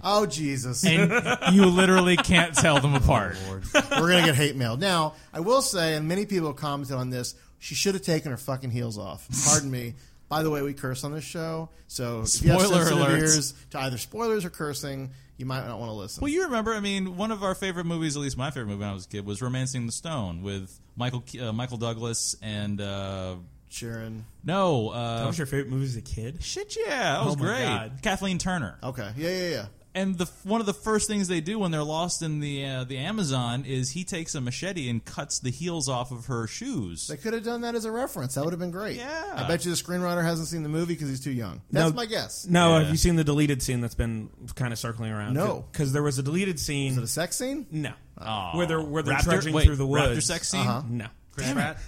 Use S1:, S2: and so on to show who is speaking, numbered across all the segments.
S1: Oh Jesus!
S2: and you literally can't tell them apart.
S3: Oh,
S1: We're gonna get hate mail. Now, I will say, and many people have commented on this, she should have taken her fucking heels off. Pardon me. By the way, we curse on this show, so if you have
S2: Spoiler
S1: sensitive
S2: alert.
S1: ears to either spoilers or cursing, you might not want to listen.
S2: Well, you remember, I mean, one of our favorite movies, at least my favorite movie when I was a kid, was *Romancing the Stone* with Michael Ke- uh, Michael Douglas and uh,
S1: Sharon.
S2: No, uh,
S3: that was your Oh favorite movie as a kid?
S2: Shit, yeah, that was great. Kathleen Turner.
S1: Okay, yeah, yeah, yeah.
S2: And the f- one of the first things they do when they're lost in the uh, the Amazon is he takes a machete and cuts the heels off of her shoes.
S1: They could have done that as a reference. That would have been great.
S2: Yeah.
S1: I bet you the screenwriter hasn't seen the movie because he's too young. That's
S3: Now-
S1: my guess.
S3: Now, have you seen the deleted scene that's been kind of circling around?
S1: No.
S3: because there was a deleted scene. Was it
S1: a sex scene?
S3: No,
S2: Oh.
S3: where they're where they're
S2: Raptor-
S3: trudging
S2: wait,
S3: through the
S2: raptor
S3: woods.
S2: sex scene?
S3: Uh-huh. No,
S2: Chris Damn it. Pratt?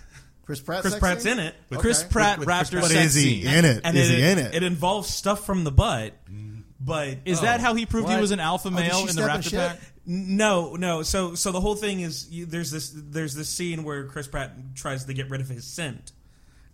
S1: Chris Pratt.
S3: Chris
S1: sex
S3: Pratt's
S1: scene?
S3: in it.
S1: With Okay.
S3: Chris Pratt
S1: With- with Chris
S3: raptor
S1: Pratt. But
S3: sex
S1: is he
S3: scene.
S1: in it?
S3: And
S1: Is
S3: it,
S1: he in it?
S3: It involves stuff from the butt. But Oh.
S2: Is that how he proved he was an alpha
S1: Oh,
S3: did
S2: male
S3: she
S2: in the
S3: step
S2: raptor
S3: shit?
S2: pack?
S3: No, no. So, so the whole thing is you, there's this there's this scene where Chris Pratt tries to get rid of his scent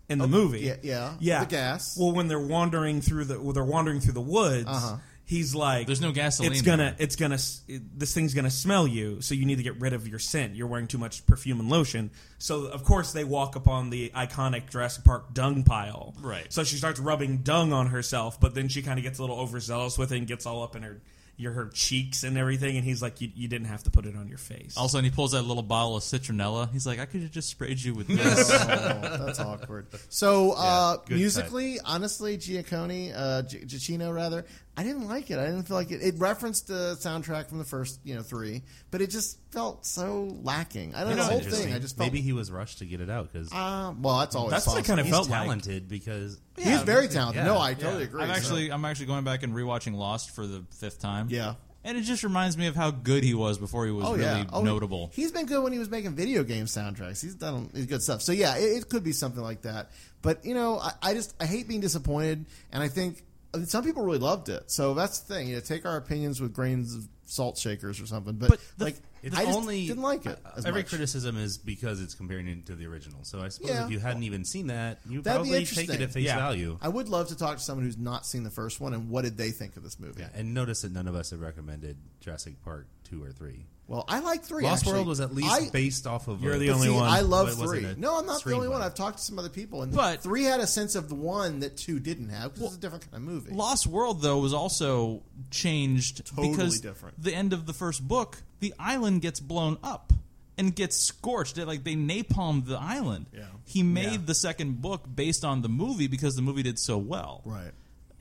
S3: in the
S1: Oh,
S3: movie.
S1: yeah, yeah.
S3: yeah.
S1: The gas.
S3: Well, when they're wandering through the well, they're wandering through the woods.
S1: Uh-huh.
S3: He's like,
S2: There's no gasoline
S3: It's gonna, it's gonna, s- it- this thing's gonna smell you. So you need to get rid of your scent. You're wearing too much perfume and lotion. So of course they walk upon the iconic Jurassic Park dung pile.
S2: Right.
S3: So she starts rubbing dung on herself, but then she kind of gets a little overzealous with it and gets all up in her, your her cheeks and everything. And he's like, you, you didn't have to put it on your face.
S2: Also, and he pulls that little bottle of citronella. He's like, I could have just sprayed you with this.
S1: that's awkward. So uh,
S2: good
S1: musically, honestly, Giacone, uh, G- Giacchino rather, I didn't like it. I didn't feel like it. It referenced the soundtrack from the first, you know, three, but it just felt so lacking. I don't know the whole thing. I just felt
S4: maybe he was rushed to get it out because
S1: Uh, well, that's always
S4: that's
S1: possible.
S4: what kind of
S1: He's
S4: felt
S1: talented
S4: talented because
S1: he's very talented. No, I totally
S2: Yeah.
S1: agree.
S2: I'm
S1: So-
S2: actually, I'm actually going back and rewatching Lost for the fifth time.
S1: Yeah.
S2: and it just reminds me of how good he was before he was really
S1: Oh,
S2: notable.
S1: He's been good when he was making video game soundtracks. He's done he's good stuff. So yeah, it, it could be something like that. But you know, I, I just I hate being disappointed, and I think I mean, some people really loved it. So that's the thing. You know, take our opinions with grains of salt shakers or something. But, like,
S4: It's
S1: I just
S4: only
S1: didn't like it. As
S4: every
S1: much.
S4: criticism is because it's comparing it to the original. So I suppose
S1: Yeah.
S4: if you hadn't even seen that, you
S1: That'd be
S4: probably take it
S1: interesting.
S4: at face
S1: Yeah.
S4: value.
S1: I would love to talk to someone who's not seen the first one and what did they think of this movie.
S4: Yeah, and notice that none of us have recommended Jurassic Park two or three.
S1: Well, I like three.
S4: Lost
S1: actually.
S4: World was at least
S1: I-
S4: based off of.
S3: You're
S4: a-
S3: the
S4: but
S3: only
S4: see,
S3: one.
S1: I love
S4: but it wasn't
S1: three.
S4: a
S1: No, I'm not the only
S4: screenplay.
S1: one. I've talked to some other people, and but three had a sense of the one that two didn't have because it's a different kind of movie.
S2: Lost World though was also changed
S1: Totally
S2: because
S1: different.
S2: the end of the first book, the island gets blown up and gets scorched. They- like they napalmed the island.
S1: Yeah.
S2: He made
S1: Yeah.
S2: the second book based on the movie because the movie did so well.
S1: Right.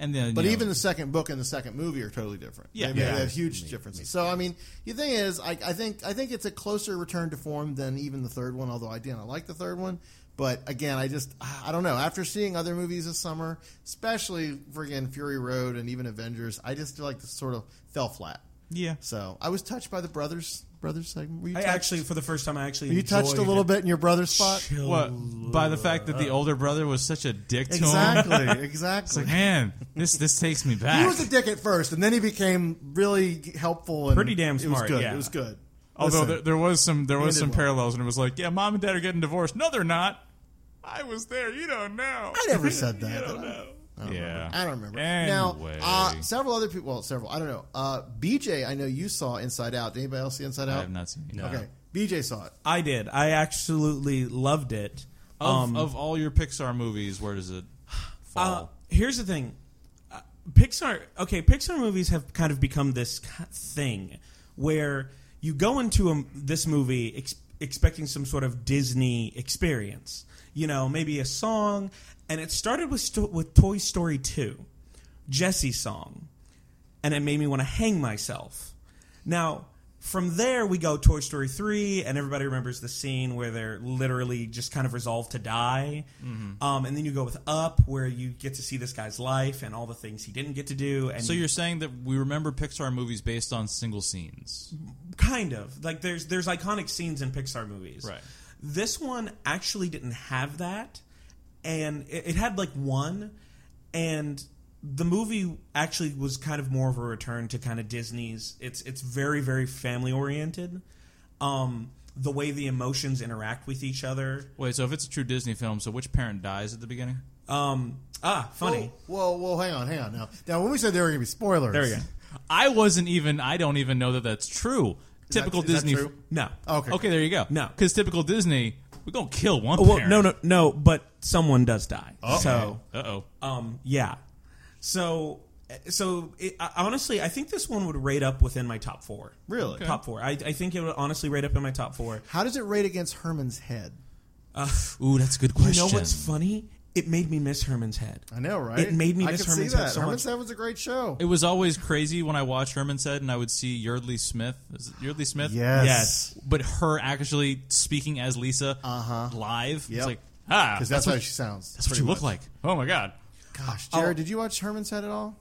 S2: And then,
S1: but
S2: you know,
S1: even the second book and the second movie are totally different.
S2: Yeah.
S1: they, they
S2: Yeah.
S1: have huge differences. so I mean, the thing is, I, I think I think it's a closer return to form than even the third one. Although I didn't like the third one, but again, I just I don't know. After seeing other movies this summer, especially friggin' Fury Road and even Avengers, I just feel like this sort of fell flat.
S3: Yeah.
S1: So I was touched by the brothers brothers segment. Were you
S3: I
S1: touched?
S3: actually, for the first time, I actually
S1: you touched a
S3: enjoyed
S1: little
S3: it.
S1: bit in your brother's spot.
S2: What? By the fact that the older brother was such a dick to him.
S1: Exactly, exactly.
S2: It's like, man, this this takes me
S1: He
S2: back.
S1: was a dick at first, and then he became really helpful and
S2: Pretty damn
S1: It was
S2: smart,
S1: good.
S2: yeah.
S1: It was good.
S2: Although
S1: Listen,
S2: there, there was some there
S1: he
S2: was
S1: did
S2: some
S1: well.
S2: parallels, and it was like, yeah, mom and dad are getting divorced. No, they're not. I was there. You don't know.
S1: I never said that.
S2: I don't yeah,
S1: I don't remember.
S2: Anyway.
S1: Now, uh, several other people. Well, several. I don't know. Uh, BJ, I know you saw Inside Out. Did anybody else see Inside Out?
S2: have not seen it. No.
S1: Okay, BJ saw it.
S3: I did. I absolutely loved it. Um,
S2: Of, of all your
S1: uh,
S2: Pixar movies, where does it
S3: Uh,
S2: fall?
S3: here's the thing. Uh, Pixar, okay, Pixar movies have kind of become this ki- thing where you go into a, this movie ex- expecting some sort of Disney experience. You know, maybe a song, and it started with sto- with Toy Story 2, Jesse's song, and it made me want to hang myself. Now, from there we go Toy Story 3, and everybody remembers the scene where they're literally just kind of resolved to die.
S2: Mhm.
S3: Um, and then you go with Up, where you get to see this guy's life and all the things he didn't get to do. And
S2: so you're saying that we remember Pixar movies based on single scenes?
S3: kind of like there's there's iconic scenes in Pixar movies.
S2: Right.
S3: This one actually didn't have that, and it, it had like one, and the movie actually was kind of more of a return to kind of Disney's. It's it's very very family oriented. Um, the way the emotions interact with each other.
S2: Wait, so if it's a true Disney film, so which parent dies at the beginning?
S3: Um, ah, funny.
S1: Whoa, whoa, Oh, hang on, hang on. Now, now when we said there were going to be spoilers,
S2: There we go. I wasn't even. I don't even know that that's true.
S1: that-
S2: Typical
S1: is that
S2: Disney.
S1: true? Oh,
S3: No.
S1: Okay.
S2: Okay, there you go. No, because typical Disney, we're gonna kill one.
S3: Oh, well,
S2: parent.
S3: no, no, no. But someone does die.
S2: Uh-oh.
S3: So,
S2: Uh-oh.
S3: Um, yeah. So, so it, I, honestly, I think this one would rate up within my top four.
S1: Really? Okay.
S3: top four. I, I think it would honestly rate up in my top four.
S1: How does it rate against Herman's head?
S3: Uh,
S2: Ooh, that's a good
S3: You know
S2: question.
S3: what's funny? It made me miss Herman's head.
S1: I know, right?
S3: It made me
S1: I
S3: miss
S1: could see
S3: Herman's head
S1: that.
S3: so
S1: Herman's
S3: much.
S1: head was a great show.
S2: It was always crazy when I watched Herman said, and I would see Yardley Smith. Is it Yardley Smith?
S1: Yes.
S3: Yes.
S2: But her actually speaking as Lisa live.
S1: Uh-huh. Yep.
S2: It's like, ah.
S1: 'Cause that's
S2: what-
S1: how she sounds,
S2: That's what
S1: pretty
S2: you look
S1: much.
S2: like. Oh, my God.
S1: Gosh, Jared, did you watch Herman's head at all?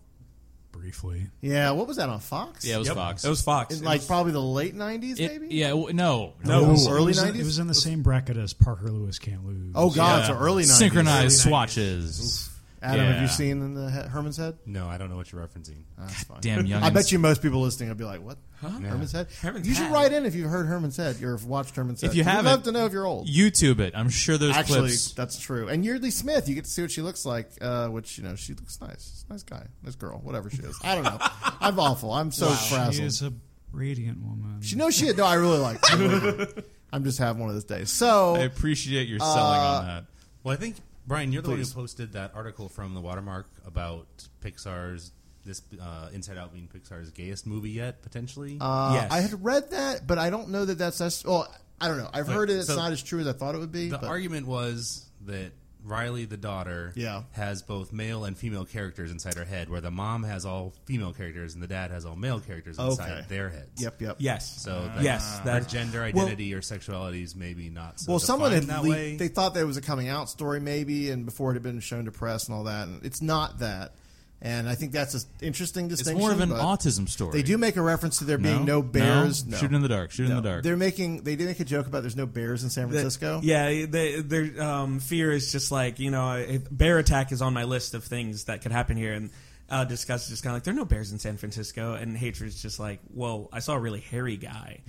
S5: briefly.
S1: Yeah, what was that on Fox?
S2: Yeah, it was Yep. Fox. It was Fox.
S1: In,
S2: It
S1: like
S2: was-
S1: probably the late '90s,
S2: It-
S1: maybe.
S2: yeah, w- no.
S5: It was- it
S1: early
S5: was in-
S1: '90s.
S5: It was in the same bracket as Parker Lewis Can't Lose.
S1: Oh God, so early 90s.
S2: Synchronized
S1: Early 90s.
S2: swatches.
S1: Adam, have
S2: Yeah.
S1: you seen the he- Herman's head?
S4: No, I don't know what you're referencing.
S1: That's fine.
S2: damn youngins.
S1: I bet you most people listening would be like, "What?
S4: Huh? Yeah.
S1: Herman's head?"
S3: Herman's
S1: you should
S3: Head.
S1: write in if you've heard Herman's head or have watched Herman's head.
S2: If you
S1: We'd
S2: haven't,
S1: love to know if you're old.
S2: YouTube it. I'm sure there's
S1: Actually,
S2: clips.
S1: that's true. And Yeardley Smith, you get to see what she looks like, uh, which you know she looks nice. She's a nice guy, nice girl, whatever she is. I don't know. I'm awful. I'm so frazzled.
S5: She is a radiant woman.
S1: She knows she. No, I really like. I really do. I'm just having one of those days. So
S2: I appreciate your selling
S1: uh,
S2: on that.
S4: Well, I think Brian, you're the one
S1: Please.
S4: who posted that article from the Watermark about Pixar's this uh, Inside Out being Pixar's gayest movie yet, potentially.
S1: Uh, I had read that, but I don't know that that's that's. Well, I don't know. I've
S4: Wait,
S1: heard it's
S4: so
S1: not as true as I thought it would be.
S4: The
S1: but-
S4: argument was that Riley, the daughter,
S1: Yeah.
S4: has both male and female characters inside her head, where the mom has all female characters and the dad has all male characters inside
S1: Okay.
S4: their heads.
S1: Yep, yep.
S3: Yes.
S4: So
S3: Ah.
S4: that
S3: Yes,
S4: her
S3: that-
S4: gender
S3: well-
S4: identity or sexuality is maybe not. So
S1: well, someone had
S4: defined that
S1: leaked-
S4: way.
S1: they thought that it was a coming out story, maybe, and before it had been shown to press and all that. And it's not that, and I think that's an interesting distinction.
S2: more of an
S1: but
S2: autism story.
S1: They do make a reference to there being no,
S2: No?
S1: bears.
S2: No?
S1: No.
S2: Shoot in the dark, shoot in the dark.
S1: They're making. They did make a joke about there's no bears in San
S3: That-
S1: Francisco.
S3: yeah, they, their um, fear is just like you know, a bear attack is on my list of things that could happen here, and uh, discuss is just kind of like there are no bears in San Francisco, and hatred's just like, well, I saw a really hairy guy.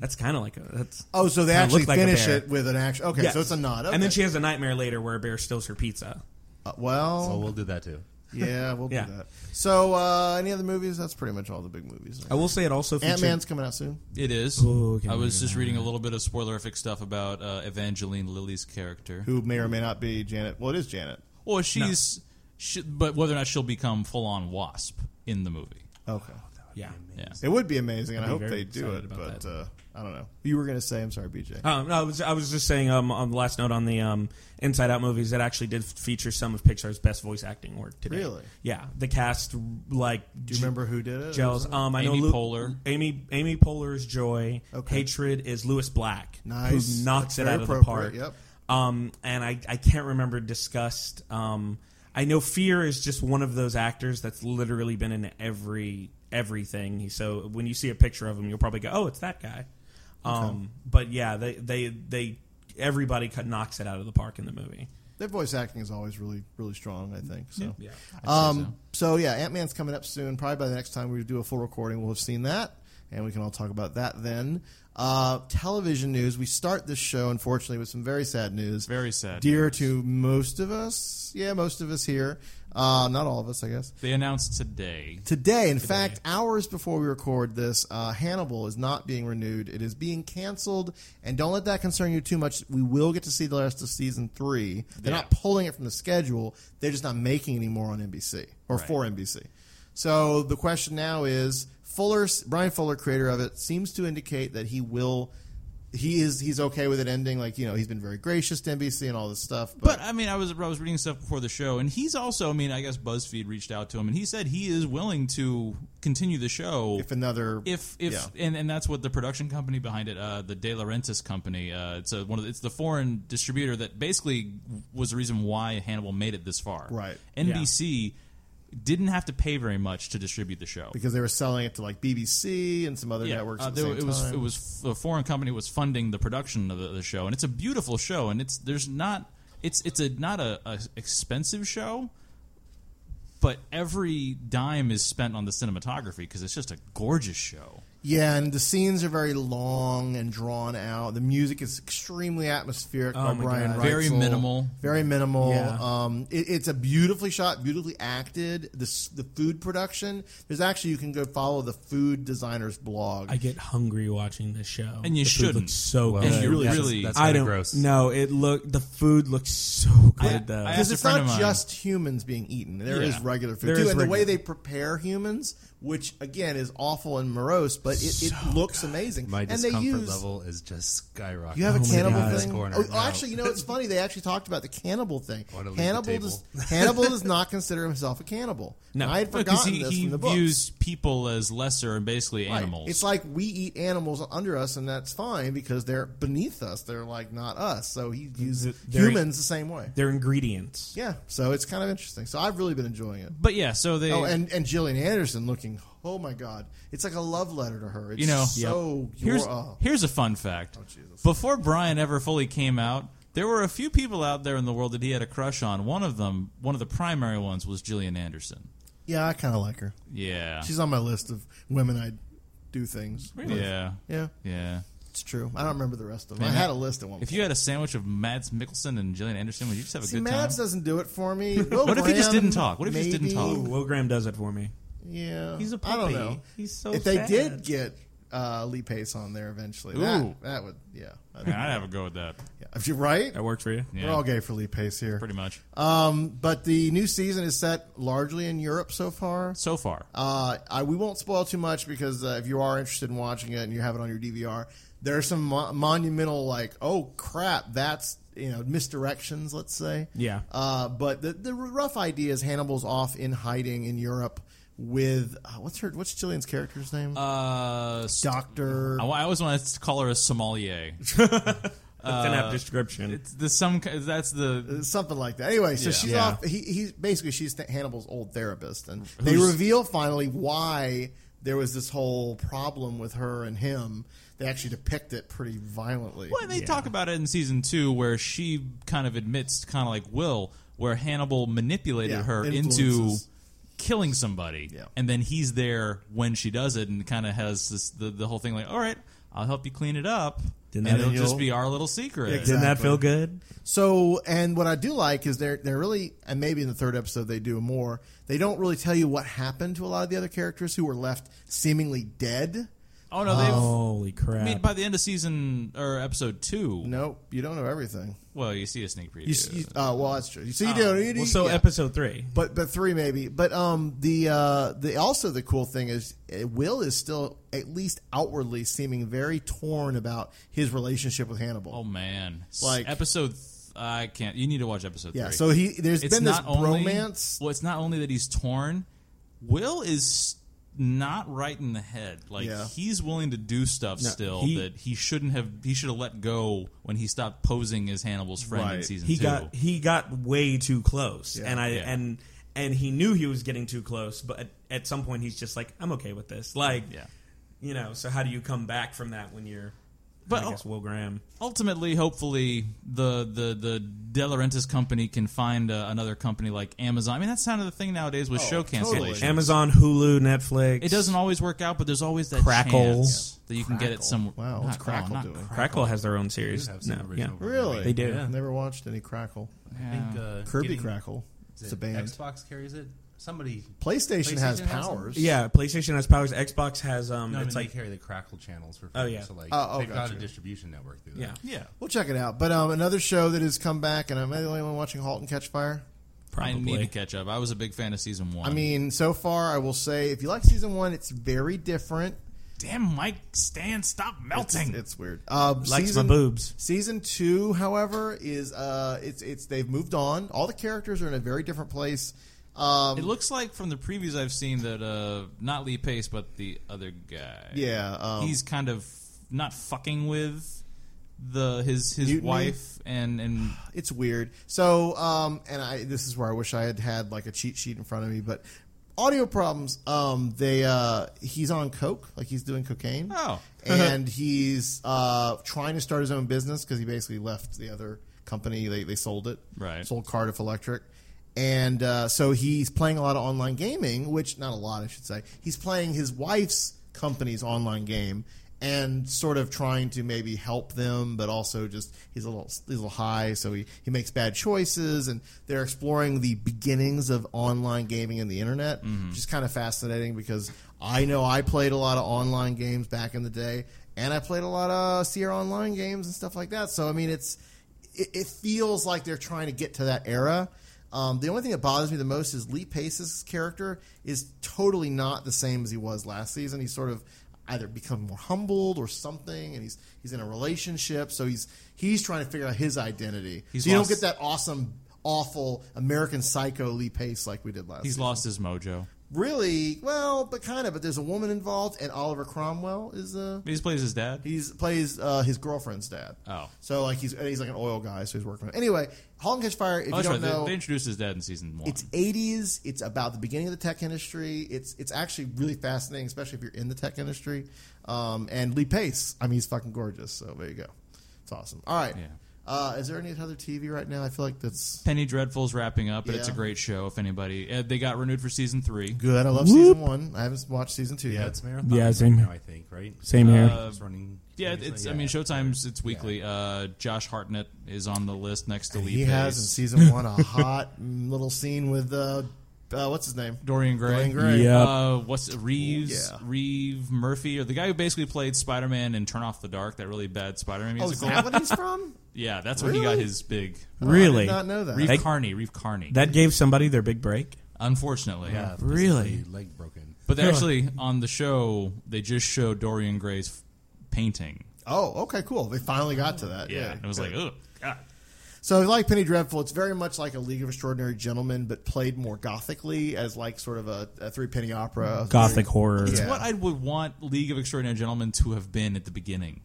S3: That's kind of like a that's
S1: Oh, so they
S3: kinda
S1: actually
S3: looked like a
S1: finish
S3: bear.
S1: it with an action- okay, so it's a nod, okay.
S3: and then she has a nightmare later where a bear steals her pizza.
S1: Uh, well,
S4: So we'll do that too.
S1: Yeah, we'll do that. So, uh, any other movies? That's pretty much all the big movies.
S3: I will say it also featured-
S1: Ant Man's coming out soon.
S2: It is. I was just reading a little bit of spoilerific stuff about uh, Evangeline Lilly's character.
S1: Who may or may not be Janet? Well, it is Janet.
S2: Well, she's, she, but whether or not she'll become full on Wasp in the movie.
S1: Okay.
S3: Yeah.
S1: It would be amazing, and
S3: I'd
S1: I
S3: be
S1: hope
S3: very
S1: they do
S3: excited
S1: it.
S3: about
S1: But uh, I don't know. You were going to say, I'm sorry, BJ.
S3: Um, no, I was I was just saying um, on the last note on the um, Inside Out movies that actually did feature some of Pixar's best voice acting work today.
S1: Really?
S3: Yeah, the cast like.
S1: Do you remember who did it?
S3: Gels. Um, I
S2: Amy
S3: know Lu-
S2: Poehler.
S3: Amy Amy Poehler is Joy.
S1: Okay.
S3: Hatred is Lewis Black.
S1: Nice.
S3: Who knocks
S1: That's
S3: it
S1: very
S3: out of the
S1: appropriate,
S3: park.
S1: yep.
S3: Um, and I I can't remember discussed. Um, I know Fear is just one of those actors that's literally been in every everything. So when you see a picture of him, you'll probably go, "Oh, it's that guy." Um, but yeah, they they they everybody cut, knocks it out of the park in the movie.
S1: Their voice acting is always really, really strong. I think so.
S3: Yeah.
S2: I'd say
S1: Um, so. yeah, Ant Man's coming up soon. Probably by the next time we do a full recording, we'll have seen that, and we can all talk about that then. Uh, television news. We start this show, unfortunately, with some very sad news.
S2: Very sad
S1: Dear to most of us. Yeah, most of us here. Uh, not all of us, I guess.
S2: They announced today.
S1: Today, in fact, hours before we record this, uh, Hannibal is not being renewed. It is being canceled, and don't let that concern you too much. We will get to see the rest of season three. They're not pulling it from the schedule. They're just not making any more on NBC or for NBC. So the question now is: Fuller, Brian Fuller, creator of it, seems to indicate that he will. He is he's okay with it ending. Like you know, he's been very gracious to NBC and all this stuff.
S2: But I mean, I was I was reading stuff before the show, and he's also. I mean, I guess BuzzFeed reached out to him, and he said he is willing to continue the show
S1: if another
S2: if if
S1: yeah.
S2: and, and that's what the production company behind it, uh, the De Laurentiis company. Uh, it's a, one of the, it's the foreign distributor that basically was the reason why Hannibal made it this far.
S1: Right.
S2: NBC didn't have to pay very much to distribute the show.
S1: because they were selling it to like BBC and some other networks.
S2: uh,
S1: at the
S2: there-
S1: same
S2: it was
S1: time.
S2: it was a foreign company was funding the production of the, the show, and it's a beautiful show, and it's there's not it's it's a not a, a expensive show, but every dime is spent on the cinematography because it's just a gorgeous show.
S1: Yeah, and the scenes are very long and drawn out. The music is extremely atmospheric
S2: Oh
S1: by
S2: my
S1: Brian
S2: God. Very
S1: Reitzel.
S2: minimal.
S1: Very minimal.
S2: Yeah.
S1: Um, it, it's a beautifully shot, beautifully acted. The, s- the food production. There's actually, you can go follow the food designer's blog.
S3: I get hungry watching this show,
S2: And you
S3: the food
S2: shouldn't.
S3: looks so
S2: Well,
S3: good.
S2: and you really That's- shouldn't. that's
S3: I
S2: kinda
S3: don't.
S2: gross.
S3: No, it look the food looks so good though.
S1: Because it's not just humans being eaten. There is
S3: Yeah.
S1: regular food
S3: There
S1: too,
S3: is
S1: and the way
S3: regular-
S1: they prepare humans, which again is awful and morose, but it, it looks amazing.
S4: My
S1: and
S4: discomfort
S1: they use,
S4: level is just skyrocketing.
S1: You have a cannibal
S4: This
S1: thing.
S4: corner.
S1: Oh,
S4: No.
S1: actually, you know it's funny. They actually talked about the cannibal thing.
S4: Wanna leave the
S1: Hannibal
S4: table.
S1: does. Hannibal does not consider himself a cannibal.
S2: No,
S1: I had
S2: because
S1: forgotten
S2: he,
S1: this
S2: he
S1: from the book.
S2: views people as lesser and basically
S1: Right.
S2: animals.
S1: It's like we eat animals under us, and that's fine because they're beneath us. They're like not us. So he views
S3: They're-
S1: humans the same way.
S3: They're ingredients.
S1: Yeah. So it's kind of interesting. So I've really been enjoying it.
S2: but yeah, so they
S1: oh, and and Gillian Anderson looking. Oh my God! It's like a love letter to her. It's
S2: you know
S1: so
S2: Yep. here's
S1: you're, oh.
S2: here's a fun fact. Before Brian ever fully came out, there were a few people out there in the world that he had a crush on. One of them, one of the primary ones, was Gillian Anderson.
S1: yeah. I kind of like her.
S2: Yeah,
S1: She's on my list of women I do things. with.
S2: yeah,
S1: Yeah.
S2: yeah.
S1: It's true. I don't remember the rest of them.
S2: Man,
S1: I had a list at one
S2: If
S1: point.
S2: you had a sandwich of Mads Mikkelsen and Gillian Anderson, would you just have a
S1: See,
S2: good
S1: Mads
S2: time?
S1: doesn't do it for me. Will
S2: What if he just
S1: Graham,
S2: didn't talk? What if he just
S1: maybe.
S2: didn't talk?
S3: Will Graham does it for me.
S1: Yeah,
S3: He's a
S1: I don't
S3: puppy.
S1: know.
S3: He's so
S1: If they
S3: sad.
S1: did get uh, Lee Pace on there eventually,
S2: Ooh.
S1: that, that would yeah.
S2: Man, I'd have a go at that.
S1: Yeah. If you're right,
S3: That worked for you.
S2: Yeah.
S1: we're all gay for Lee Pace here.
S2: Pretty much.
S1: Um, but the new season is set largely in Europe so far.
S2: So far,
S1: Uh, I, we won't spoil too much because uh, if you are interested in watching it and you have it on your DVR, there are some mo- monumental like, oh crap, that's you know misdirections. Let's say,
S3: Yeah.
S1: Uh, but the the rough idea is Hannibal's off in hiding in Europe with uh, what's her what's Jillian's character's name?
S2: uh,
S1: Doctor.
S2: I, I always want to call her a sommelier.
S3: That's an apt description.
S2: it's the some that's the
S1: something like that. Anyway, so
S2: Yeah.
S1: she's
S2: Yeah.
S1: off. He, he's basically she's th- Hannibal's old therapist, and they
S2: Who's-
S1: reveal finally why there was this whole problem with her and him. They actually depict it pretty violently.
S2: Well, and they talk about it in season two, where she kind of admits, kind of like Will, where Hannibal manipulated
S1: Yeah,
S2: her into
S1: influences.
S2: killing somebody,
S1: Yeah.
S2: and then he's there when she does it, and kind of has this the, the whole thing like, all right, I'll help you clean it up,
S3: Didn't
S2: and
S3: that-
S2: it'll just
S3: you'll-
S2: be our little secret.
S1: Exactly.
S3: Didn't that feel good?
S1: So, and what I do like is they're they're really, and maybe in the third episode they do more. They don't really tell you what happened to a lot of the other characters who were left seemingly dead.
S2: Oh no! They've,
S3: Holy crap.
S2: I mean, by the end of season or episode two.
S1: Nope, you don't know everything.
S2: Well, you see a sneak preview.
S1: You see, uh, well, that's true. You see, you
S2: Oh.
S1: do. You,
S2: Well, so
S3: episode three,
S1: but but three maybe. But um, the uh, the also the cool thing is uh, Will is still at least outwardly seeming very torn about his relationship with Hannibal.
S2: Oh man! S-
S1: Like-
S2: episode, th- I can't. You need to watch episode.
S1: Yeah,
S2: three.
S1: so he- there's
S2: there's
S1: been this
S2: only,
S1: bromance.
S2: Well, it's not only that he's torn. Will is not right in the head. Like
S1: Yeah.
S2: he's willing to do stuff
S3: No,
S2: still
S3: he-
S2: that he shouldn't have. He should have let go when he stopped posing as Hannibal's friend in season
S3: he
S2: two.
S3: got he got way too close,
S2: Yeah.
S3: and I
S2: Yeah.
S3: and and he knew he was getting too close, but at, at some point he's just like, I'm okay with this. Like,
S2: Yeah.
S3: you know. So how do you come back from that when you're?
S2: But
S3: I guess Will Graham.
S2: ultimately, hopefully, the the the De Laurentiis company can find uh, another company like Amazon. I mean, that's kind of the thing nowadays
S1: Oh,
S2: with show cancellation.
S3: Amazon, Hulu, Netflix.
S2: It doesn't always work out, but there's always that
S3: Crackle.
S2: chance that you can get it somewhere.
S1: Wow, what's Crackle doing?
S3: Crackle has their own series.
S2: They do have
S3: No,
S2: some
S3: yeah.
S2: original
S1: Really?
S3: They do.
S1: Never watched any Crackle.
S4: I think uh,
S1: Kirby
S4: getting-
S1: Crackle.
S4: is
S1: It's a
S4: it
S1: band.
S4: Xbox carries it. Somebody.
S1: PlayStation has powers.
S3: Yeah, PlayStation has powers. Xbox has um.
S4: No, I mean,
S3: it's
S4: they
S3: like
S4: carry the Crackle channels for free.
S3: Oh, yeah.
S4: So like,
S1: Oh, oh,
S4: they've got
S1: gotcha.
S4: a distribution network through
S3: Yeah.
S4: that.
S3: Yeah.
S1: We'll check it out. But um, another show that has come back, and I'm the only one watching *Halt and Catch Fire*.
S2: I need to catch up. I was a big fan of season one.
S1: I mean, so far, I will say, if you like season one, it's very different.
S2: damn, Mike Stan, stop melting.
S1: It's, it's weird. Uh,
S3: Likes my boobs.
S1: Season two, however, is uh, it's it's they've moved on. All the characters are in a very different place. Um,
S2: it looks like from the previews I've seen that uh, not Lee Pace, but the other guy.
S1: Yeah, um,
S2: he's kind of not fucking with the his his
S1: Mutiny?
S2: wife and and
S1: it's weird. So, um, and I this is where I wish I had had like a cheat sheet in front of me, but audio problems. Um, they uh, he's on coke, like he's doing cocaine.
S2: Oh.
S1: and he's uh, trying to start his own business because he basically left the other company. They they sold it,
S2: Right.
S1: Sold Cardiff Electric. And uh, so he's playing a lot of online gaming, which not a lot, I should say. He's playing his wife's company's online game and sort of trying to maybe help them, but also just he's a little he's a little high, so he, he makes bad choices. And they're exploring the beginnings of online gaming and the internet, which is kind of fascinating because I know I played a lot of online games back in the day, and I played a lot of Sierra Online games and stuff like that. So I mean, it's it, it feels like they're trying to get to that era. Um, the only thing that bothers me the most is Lee Pace's character is totally not the same as he was last season. He's sort of either become more humbled or something, and he's he's in a relationship, so he's he's trying to figure out his identity.
S2: He's
S1: so you don't
S2: lost-
S1: get that awesome, awful American Psycho Lee Pace like we did last.
S2: he's
S1: season.
S2: lost his mojo.
S1: Really, well, but kind of. But there's a woman involved, and Oliver Cromwell is a
S2: He just plays his dad.
S1: He's plays uh, his girlfriend's dad.
S2: Oh.
S1: so like he's and he's like an oil guy, so he's working. with Anyway, Halt and Catch Fire. If
S2: Oh,
S1: you
S2: that's
S1: don't
S2: right. They-
S1: know,
S2: they, introduced his dad in season one.
S1: it's 80s. It's about the beginning of the tech industry. It's it's actually really fascinating, especially if you're in the tech industry. Um, and Lee Pace, I mean, he's fucking gorgeous. So there you go. It's awesome. All right. Uh, is there any other TV right now? I feel like that's
S2: Penny Dreadful's wrapping up, and it's a
S1: Yeah.
S2: great show. If anybody, uh, they got renewed for season three.
S1: good. I love season one. I haven't watched season two
S4: Yeah,
S1: yet.
S4: it's marathon.
S3: Yeah, same
S4: now,
S3: here.
S4: I think right.
S3: Same here.
S2: Uh,
S4: It's running.
S2: Yeah,
S4: continuously,
S2: it's. I
S4: yeah.
S2: mean, Showtime's it's weekly. Uh, Josh Hartnett is on the list next to Lee.
S1: he has in
S2: Pace.
S1: season one a hot little scene with uh, uh what's his name
S2: Dorian
S1: Dorian
S2: Gray.
S1: Gray.
S2: Uh, what's Reeves?
S1: Yeah.
S2: Reeve Murphy, or the guy who basically played Spider Man in Turn Off the Dark, that really bad Spider Man
S1: Oh, is
S2: musical.
S1: that what he's from?
S2: yeah, that's where he got
S1: Really?
S2: his big. uh,
S3: Really?
S1: I did not know that.
S2: Reeve
S3: That-
S2: Carney. Reeve Carney.
S3: That gave somebody their big break.
S2: Unfortunately,
S4: Yeah,
S3: Really?
S4: basically Leg broken.
S2: But they actually on the show, they just showed Dorian Gray's f- painting.
S1: Oh, okay, cool. They finally got to that. Yeah,
S2: and it was like, oh, God.
S1: So, like Penny Dreadful, it's very much like a League of Extraordinary Gentlemen, but played more gothically as like sort of a, a three penny opera,
S2: Mm-hmm.
S1: a
S3: Gothic
S1: very-
S3: horror.
S2: It's
S1: Yeah.
S2: what I would want League of Extraordinary Gentlemen to have been at the beginning.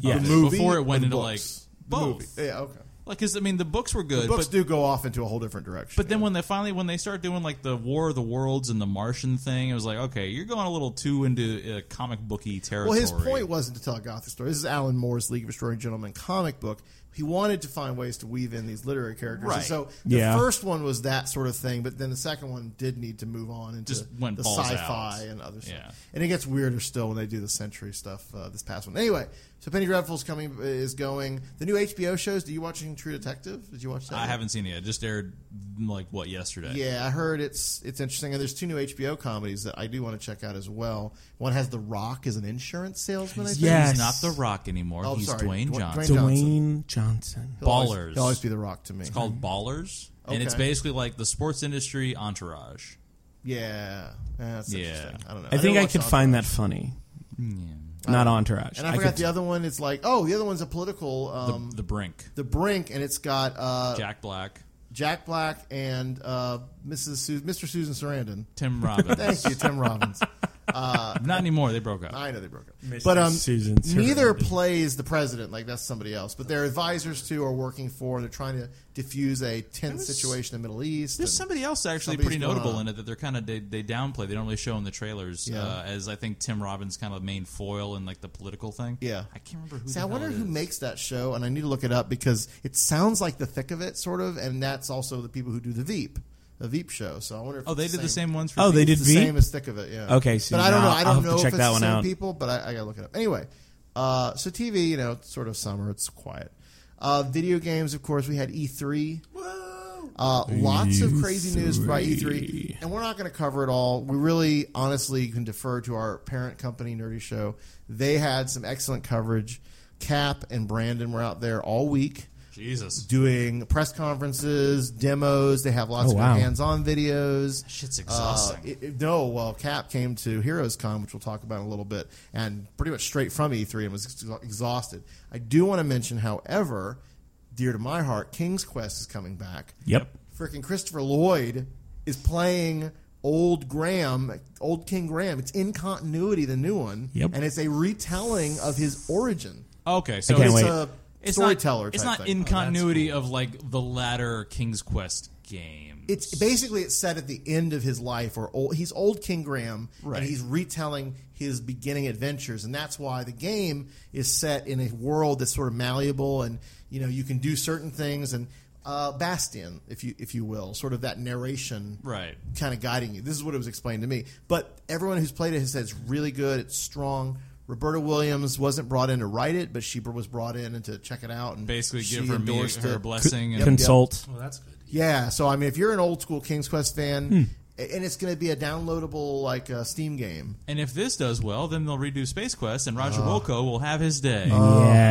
S3: Yes.
S2: Of
S3: The
S2: it,
S1: movie
S2: Before
S1: or
S2: it went
S1: the
S2: into
S1: books? The
S2: like
S1: movie.
S2: both.
S1: Yeah, okay.
S2: Like, cause I mean, the books were good,
S1: Books
S2: but
S1: do go off into a whole different direction.
S2: but then when they finally when they start doing like the War of the Worlds and the Martian thing, it was like, okay, you're going a little too into uh, comic booky territory.
S1: well, his point wasn't to tell a gothic story. This is Alan Moore's League of Extraordinary Gentlemen comic book. He wanted to find ways to weave in these literary characters. And
S2: Right.
S1: so the
S3: Yeah.
S1: first one was that sort of thing, but then the second one did need to move on into
S2: Just went
S1: the
S2: balls
S1: sci-fi
S2: out.
S1: and other stuff.
S2: Yeah.
S1: And it gets weirder still when they do the Century stuff. Uh, this past one, anyway. So Penny Dreadful's coming is going. The new HBO shows. Do you watching True Detective? Did you watch that?
S2: I
S1: yet?
S2: haven't seen it. yet. It just aired like what yesterday.
S1: Yeah, I heard it's it's interesting. And there's two new HBO comedies that I do want to check out as well. One has The Rock as an insurance salesman. I think.
S2: Yes. He's not The Rock anymore.
S1: I'm
S2: He's
S1: Oh, sorry,
S2: Dwayne
S1: Dwa-
S2: Johnson.
S3: Dwayne Johnson.
S1: He'll always-
S2: Ballers.
S1: he'll always be The Rock to me.
S2: It's called Ballers, and it's
S1: Okay.
S2: basically like the sports industry entourage.
S1: Yeah, that's
S2: Yeah.
S1: interesting. I don't know.
S3: I think
S1: didn't
S3: I
S1: watch
S3: could
S1: Entourage.
S3: find that funny. Not Entourage.
S1: And I
S3: could-
S1: forgot the other one. It's like oh, the other one's a political. Um,
S2: The Brink.
S1: The Brink, and it's got uh,
S2: Jack Black.
S1: Jack Black and uh, Mrs. Su- Mr. Susan Sarandon.
S2: Tim Robbins.
S1: Thank you, Tim Robbins. Uh,
S2: Not anymore. They broke up.
S1: I know they broke up.
S2: Mr.
S1: But um,
S2: Susan
S1: neither
S2: Sarandon.
S1: plays the president. Like that's somebody else. But their advisors too are working for. They're trying to diffuse a tense situation in the Middle East.
S2: There's
S1: and
S2: somebody else actually
S1: somebody's
S2: pretty
S1: going
S2: notable
S1: on.
S2: in it that they're kind of they, they downplay. They don't really show in the trailers.
S1: Yeah.
S2: Uh, as I think Tim Robbins kind of the main foil in like the political thing.
S1: Yeah,
S2: I can't remember who.
S1: See, I
S2: the hell
S1: wonder
S2: it
S1: who
S2: is.
S1: makes that show, and I need to look it up because it sounds like the thick of it, sort of, and that's also the people who do the Veep, the Veep show. So I wonder. if
S2: Oh,
S1: it's
S2: they did the same ones for
S3: Oh, they
S1: It's
S3: did
S1: the
S3: Veep?
S1: same as thick of it. Yeah.
S3: Okay, see,
S1: but I don't
S3: now
S1: know. I
S3: I'll
S1: don't
S3: have to
S1: know if
S3: check
S1: it's
S3: that
S1: the
S3: one
S1: same
S3: out.
S1: people, but I, I gotta look it up anyway. Uh, so TV, you know, it's sort of summer. It's quiet. Uh, video games, of course, we had E3. Uh, lots of crazy
S3: E
S1: news by E3, and we're not going to cover it all. We really, honestly, can defer to our parent company, Nerdy Show. They had some excellent coverage. Cap and Brandon were out there all week.
S2: Jesus.
S1: doing press conferences, demos. They have lots
S3: Oh,
S1: of
S3: wow.
S1: hands-on videos.
S2: shit's
S1: Uh,
S2: exhausting.
S1: it- it- no, well, Cap came to Heroes Con, which we'll talk about in a little bit, and pretty much straight from E3 and was ex- exhausted. I do want to mention, however, dear to my heart, King's Quest is coming back.
S3: Yep.
S1: Freaking Christopher Lloyd is playing old Graham, old King Graham. It's in continuity, the new one.
S3: Yep.
S1: And it's a retelling of his origin.
S2: Okay, so
S1: But it's
S2: it's
S1: a storyteller.
S2: Not, it's
S1: type
S2: not
S3: Oh,
S1: thing.
S2: in continuity of like the latter King's Quest game.
S1: It's basically it's set at the end of his life, or old, he's old King Graham,
S2: Right.
S1: and he's retelling his beginning adventures, and that's why the game is set in a world that's sort of malleable, and you know you can do certain things, and uh, Bastion, if you if you will, sort of that narration,
S2: Right.
S1: kind of guiding you. This is what it was explained to me, but everyone who's played it has said it's really good, it's strong. Roberta Williams wasn't brought in to write it, but she was brought in and to check it out and
S2: Basically
S1: she
S2: give her me-
S1: endorsed
S2: her
S1: it.
S2: blessing
S1: Yep,
S2: and-
S1: yep.
S3: Consult.
S4: Well, that's good.
S1: Yeah, so I mean, if you're an old school King's Quest fan,
S3: Hmm.
S1: a- and it's going to be a downloadable like uh, Steam game.
S2: And if this does well, then they'll redo Space Quest, and
S1: Uh.
S2: Roger Wilco will have his day.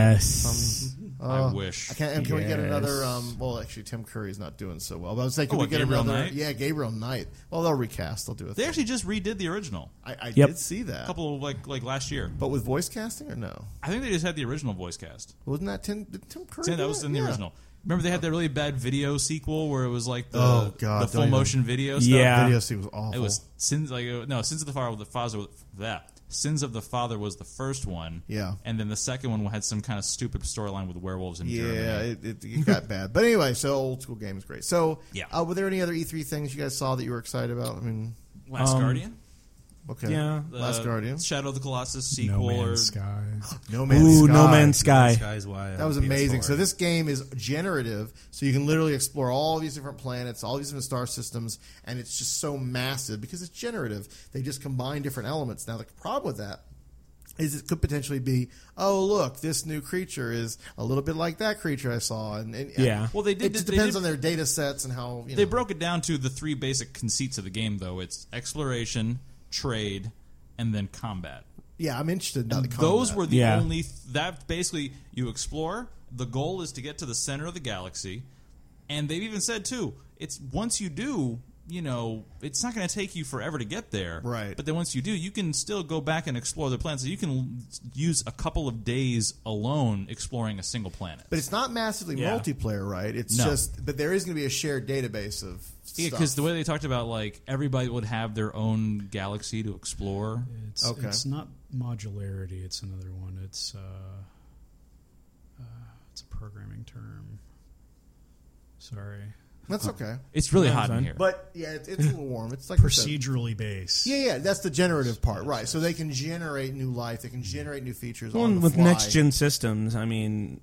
S3: yes.
S2: I wish.
S1: I can't. And can we get
S3: Yes.
S1: another? Um, well, actually, Tim Curry's not doing so well. But I was like, can
S2: Oh,
S1: we
S2: what,
S1: get
S2: Gabriel
S1: another?
S2: Knight?
S1: Yeah, Gabriel Knight. Well, they'll recast. They'll do it.
S2: They actually just redid the original
S1: I, I
S3: Yep.
S1: did see
S2: a
S1: that,
S2: couple of like like last year.
S1: but with voice casting or no?
S2: I think they just had the original voice cast.
S1: Wasn't that Tim? Did Tim Curry?
S2: Yeah,
S1: do
S2: that was
S1: it?
S2: in the
S1: Yeah.
S2: original. Remember they had that really bad video sequel where it was like the,
S1: Oh, God,
S2: the
S1: don't
S2: full
S1: even-
S2: motion video stuff.
S3: Yeah.
S1: Video scene was awful.
S2: It was sins like uh, no sins of the father the father that sins of the father was the first one.
S1: Yeah.
S2: and then the second one had some kind of stupid storyline with werewolves in
S1: Yeah,
S2: Germany.
S1: it, it, it got bad. But anyway, so old school game is great. So,
S2: Yeah.
S1: uh, were there any other E3 things you guys saw that you were excited about? I mean,
S2: Last
S3: Um,
S2: Guardian,
S1: okay,
S3: Yeah.
S2: The
S1: Last Guardian,
S2: Shadow of the Colossus
S5: No
S2: sequel, or
S5: Man's Sky.
S1: No
S3: Ooh, No Man's Sky.
S4: Sky's why
S1: That was amazing. So this game is generative, so you can literally explore all these different planets, all these different star systems, and it's just so massive because it's generative. They just combine different elements. Now the problem with that is it could potentially be, oh look, this new creature is a little bit like that creature I saw, and, and-
S3: Yeah.
S2: Well, they did-
S1: It just
S2: they
S1: depends
S2: did-
S1: on their data sets and how you
S2: they
S1: know.
S2: broke it down to the three basic conceits of the game though. It's exploration, trade, and then combat.
S1: Yeah, I'm interested. About the
S2: Those
S1: combat.
S2: were the
S3: Yeah.
S2: only th- that basically you explore. The goal is to get to the center of the galaxy, and they've even said too. It's once you do, you know, it's not going to take you forever to get there,
S1: Right.
S2: But then once you do, you can still go back and explore the planets. You can l- use a couple of days alone exploring a single planet.
S1: But it's not massively
S2: Yeah.
S1: multiplayer, right? It's
S2: No.
S1: just, but there is going to be a shared database of
S2: Yeah,
S1: stuff.
S2: because the way they talked about like everybody would have their own galaxy to explore.
S5: It's,
S1: Okay.
S5: it's not modularity. It's another one. It's uh, uh, it's a programming term. Sorry.
S1: that's okay.
S2: It's really
S3: Yeah,
S2: hot in
S3: fine.
S2: here.
S1: But yeah, it's, it's a little warm. It's like I said.
S5: Procedurally based.
S1: Yeah, yeah, that's the generative part, right?
S5: Mm-hmm.
S1: So they can generate new life, they can generate new features.
S3: Well,
S1: on the
S3: with
S1: fly.
S3: next gen systems, I mean,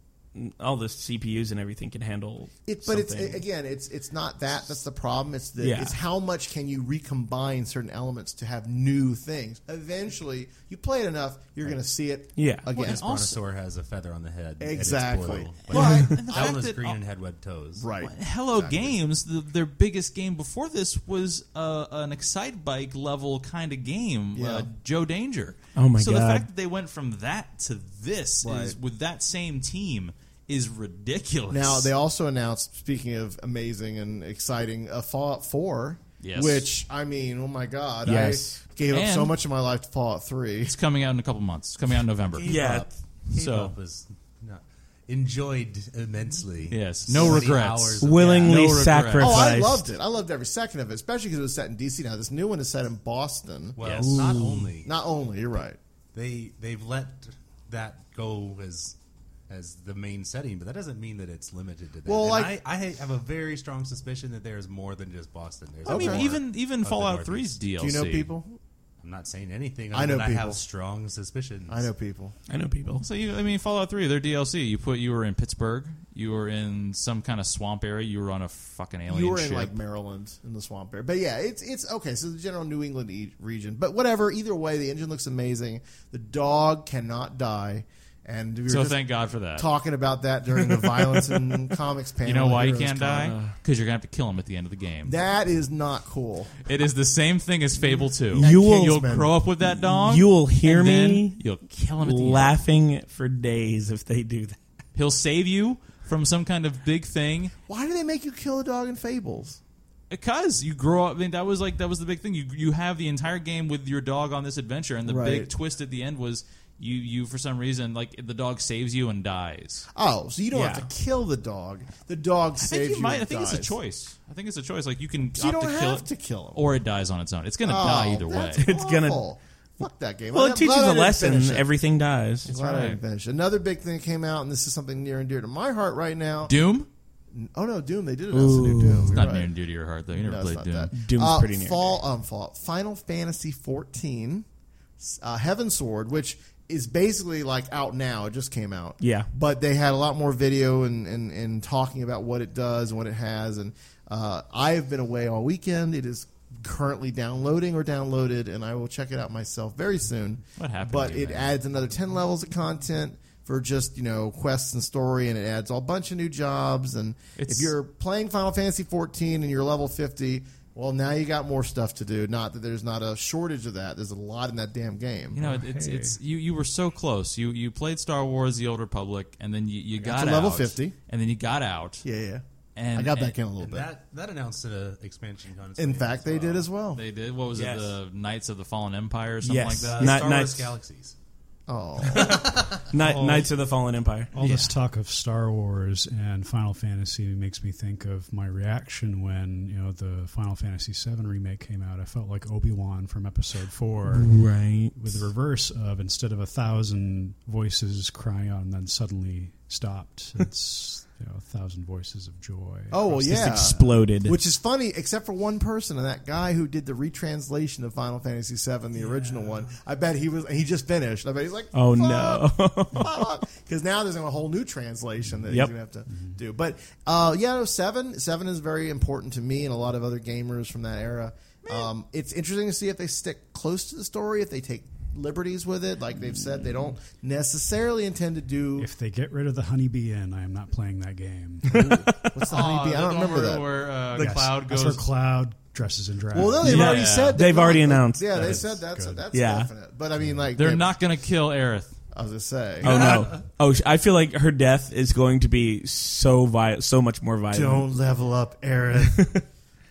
S3: all the CPUs and everything can handle.
S1: It, but it's
S3: something.
S1: a- again, it's it's not that. That's the problem. It's the
S3: Yeah.
S1: it's how much can you recombine certain elements to have new things. Eventually, you play it enough, you're going to see it. again.
S4: Well, this brontosaur has a feather on the head. and it's
S1: Exactly.
S4: spoiled, but
S1: Well, and the
S4: Elna's
S2: fact that- uh,
S4: green and had webbed toes.
S2: Hello Games, the, their biggest game before this was uh, an Excite Bike level kind of game,
S3: Yeah.
S2: uh, Joe Danger.
S3: Oh my
S2: so the
S3: God.
S2: fact that they went from that to this is
S1: Right.
S2: with that same team is ridiculous.
S1: Now they also announced, speaking of amazing and exciting, a Fallout Four.
S2: Yes.
S1: Which I mean, oh my god!
S2: Yes.
S1: I gave up so
S2: And-
S1: much of my life to Fallout Three. It's
S2: coming out in a couple months. It's coming out in November.
S1: uh,
S4: K-pop.
S2: So-
S4: K-pop was not enjoyed immensely.
S2: Yes.
S4: So
S2: No
S4: many
S2: regrets.
S4: hours of
S3: Willingly
S4: that.
S3: No regrets. sacrificed.
S1: Oh, I loved it. I loved every second of it, especially because it was set in DC. Now this new one is set in Boston.
S4: Well, Yes. not only.
S1: not only. You're right.
S4: They they've let that go as as the main setting, but that doesn't mean that it's limited to that.
S1: Well,
S4: And
S1: like-
S4: I, I have a very strong suspicion that there's more than just Boston. There's
S2: I mean,
S4: more
S2: even- even
S4: of the
S2: Fallout 3's
S4: Northeast.
S2: DLC. Do you know people?
S4: I'm not saying anything.
S2: I
S4: I
S2: know
S4: know I
S2: people.
S4: have strong suspicions.
S1: I know people.
S3: I know people.
S2: So you, I mean, Fallout Three, their DLC. You put you were in Pittsburgh. You were in some kind of swamp area. You were on a fucking alien.
S1: you were
S2: ship.
S1: in like Maryland in the swamp area, but yeah, it's it's okay. So the general New England e- region, but whatever. Either way, the engine looks amazing. The dog cannot die, and we were
S2: So
S1: just
S2: thank God for that.
S1: Talking about that during the violence and comics panel.
S2: You know
S1: at
S2: why you
S1: Heroes
S2: can't
S1: Con.
S2: die? Because you're gonna have to kill him at the end of the game.
S1: That is not cool.
S2: It is the same thing as Fable Two.
S3: You will-
S2: you'll grow up with that dog.
S3: You will hear
S2: and then
S3: me.
S2: You'll kill him. At the end.
S3: laughing for days if they do that.
S2: He'll save you from some kind of big thing.
S1: Why do they make you kill a dog in Fables?
S2: Because you grow up, I mean, that was like that was the big thing. You you have the entire game with your dog on this adventure, and the big
S1: Right.
S2: twist at the end was you you for some reason like the dog saves you and dies.
S1: Oh, so you don't have to kill the dog. The dog
S2: I think
S1: saves
S2: you might.
S1: and
S2: I think it's a
S1: dies.
S2: choice. I think it's a choice. Like you can
S1: So you
S2: opt
S1: don't
S2: to kill
S1: have
S2: it,
S1: to kill him.
S2: or it dies on its own. It's going to
S1: Oh,
S2: die either way.
S1: that's awful. Fuck that game.
S3: Well,
S1: I'm
S3: it teaches
S1: glad I
S3: a
S1: didn't
S3: lesson.
S1: finish it.
S3: Everything dies.
S1: Glad I didn't finish. Another big thing that came out, and this is something near and dear to my heart right now.
S2: Doom?
S1: Oh no, Doom! They did announce a new
S2: Ooh.
S1: Doom.
S2: It's
S1: You're
S2: not
S1: right.
S2: near and dear to your heart, though. You never
S1: No,
S2: played
S1: it's
S2: Doom.
S1: not that.
S2: Doom's
S1: Uh,
S2: pretty near.
S1: Fall, um, fall. Final Fantasy fourteen, uh, Heaven Sword, which is basically like out now. It just came out.
S3: Yeah.
S1: but they had a lot more video and and, and talking about what it does and what it has. And uh, I have been away all weekend. It is currently downloading or downloaded, and I will check it out myself very soon.
S2: What happened
S1: But
S2: to you,
S1: it adds another ten levels of content. For just you know quests and story, and it adds a bunch of new jobs. And
S2: It's-
S1: if you're playing Final Fantasy 14 and you're level 50, well, now you got more stuff to do. Not that there's not a shortage of that. There's a lot in that damn game.
S2: You know, it- it's
S1: Hey.
S2: it's you. You were so close. You you played Star Wars: The Old Republic, and then you, you
S1: got
S2: got
S1: to level
S2: out,
S1: 50.
S2: and then you got out.
S1: Yeah, yeah.
S2: And
S1: I got
S2: and-
S1: back in a little
S4: And
S1: bit.
S4: that that announced an expansion. on its
S1: in
S4: way
S1: fact,
S4: as
S1: they
S4: well.
S1: did as well.
S2: They did. What was
S4: Yes.
S2: it? The Knights of the Fallen Empire or something
S3: Yes.
S2: like that.
S3: Knight-
S4: Star
S3: Knights-
S4: Wars Galaxies.
S1: Oh.
S3: Knight, Knights of the Fallen Empire.
S5: All this talk of Star Wars and Final Fantasy makes me think of my reaction when you know the Final Fantasy VII remake came out. I felt like Obi Wan from Episode Four,
S3: Right.
S5: With the reverse of instead of a thousand voices crying out and then suddenly stopped, it's you know a thousand voices of joy.
S1: Oh well,
S5: It's
S1: yeah,
S3: exploded.
S1: Which is funny, except for one person, and that guy who did the retranslation of Final Fantasy VII, the original one. I bet he was. He just finished. I bet he's like,
S3: Oh, no.
S1: because now there's a whole new translation that he's
S3: Yep.
S1: gonna have to do. But uh, yeah, no, seven, seven is very important to me and a lot of other gamers from that era. Um, it's interesting to see if they stick close to the story, if they take liberties with it, like they've said they don't necessarily intend to do.
S5: If they get rid of the honeybee inn, I am not playing that game.
S1: What's the honeybee? I don't remember that. uh,
S5: Yes, that's where Cloud dresses in drag.
S1: Well, no, they've already said that-
S3: They've already announced.
S1: Yeah, they
S3: that.
S1: said that's that's
S3: Yeah.
S1: definite. But I mean, like
S2: They're
S1: they-
S2: not going to kill Aerith.
S1: I was gonna say.
S3: Oh no! Oh, sh- I feel like her death is going to be so vi- so much more violent.
S1: Don't level up, Aerith.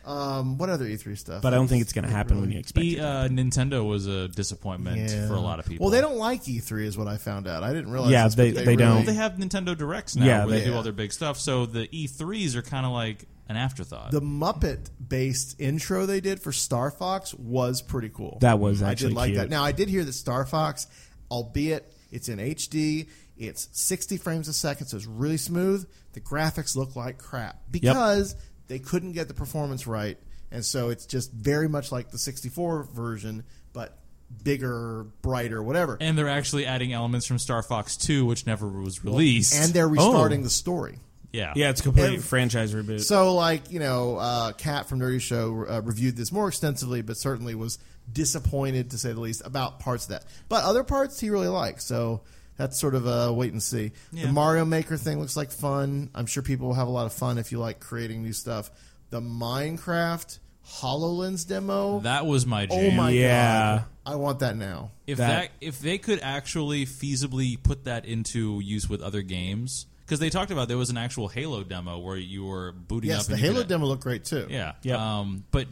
S1: um, what other E3 stuff?
S3: But I don't think it's going to happen when you expect
S2: E, uh, Nintendo was a disappointment
S1: Yeah.
S2: for a lot of people.
S1: Well, they don't like E3, is what I found out. I didn't realize.
S3: Yeah,
S1: this, but
S3: they- they don't.
S1: really-
S2: They have Nintendo Directs now
S3: Yeah,
S2: where they,
S3: they-
S2: do all their big stuff. So the E3s are kind of like an afterthought.
S1: The Muppet based intro they did for Star Fox was pretty cool.
S3: That was
S1: I
S3: actually
S1: did like
S3: cute.
S1: that. Now I did hear that Star Fox, albeit it's in HD, it's 60 frames a second, so it's really smooth. The graphics look like crap because they couldn't get the performance right, and so it's just very much like the 64 version, but bigger, brighter, whatever.
S2: And they're actually adding elements from Star Fox 2, which never was released. Oh,
S1: And they're restarting
S3: Oh.
S1: the story.
S2: Yeah.
S3: Yeah, it's a complete
S1: And-
S3: franchise reboot.
S1: So, like, you know, uh, Kat from Nerdy Show uh, reviewed this more extensively, but certainly was disappointed, to say the least, about parts of that. But other parts he really liked. So that's sort of a wait and see.
S2: Yeah.
S1: The Mario Maker thing looks like fun. I'm sure people will have a lot of fun if you like creating new stuff. The Minecraft HoloLens demo.
S2: That was my
S1: Oh,
S2: jam.
S1: my
S2: Yeah.
S1: God. I want that now.
S2: If that, if they could actually feasibly put that into use with other games, because they talked about there was an actual Halo demo where you were booting
S1: Yes,
S2: up.
S1: the
S2: and you
S1: Halo
S2: could-
S1: demo looked great too.
S2: Yeah, Um, but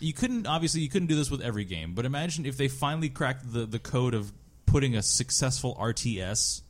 S2: you couldn't obviously you couldn't do this with every game. But imagine if they finally cracked the the code of putting a successful RTS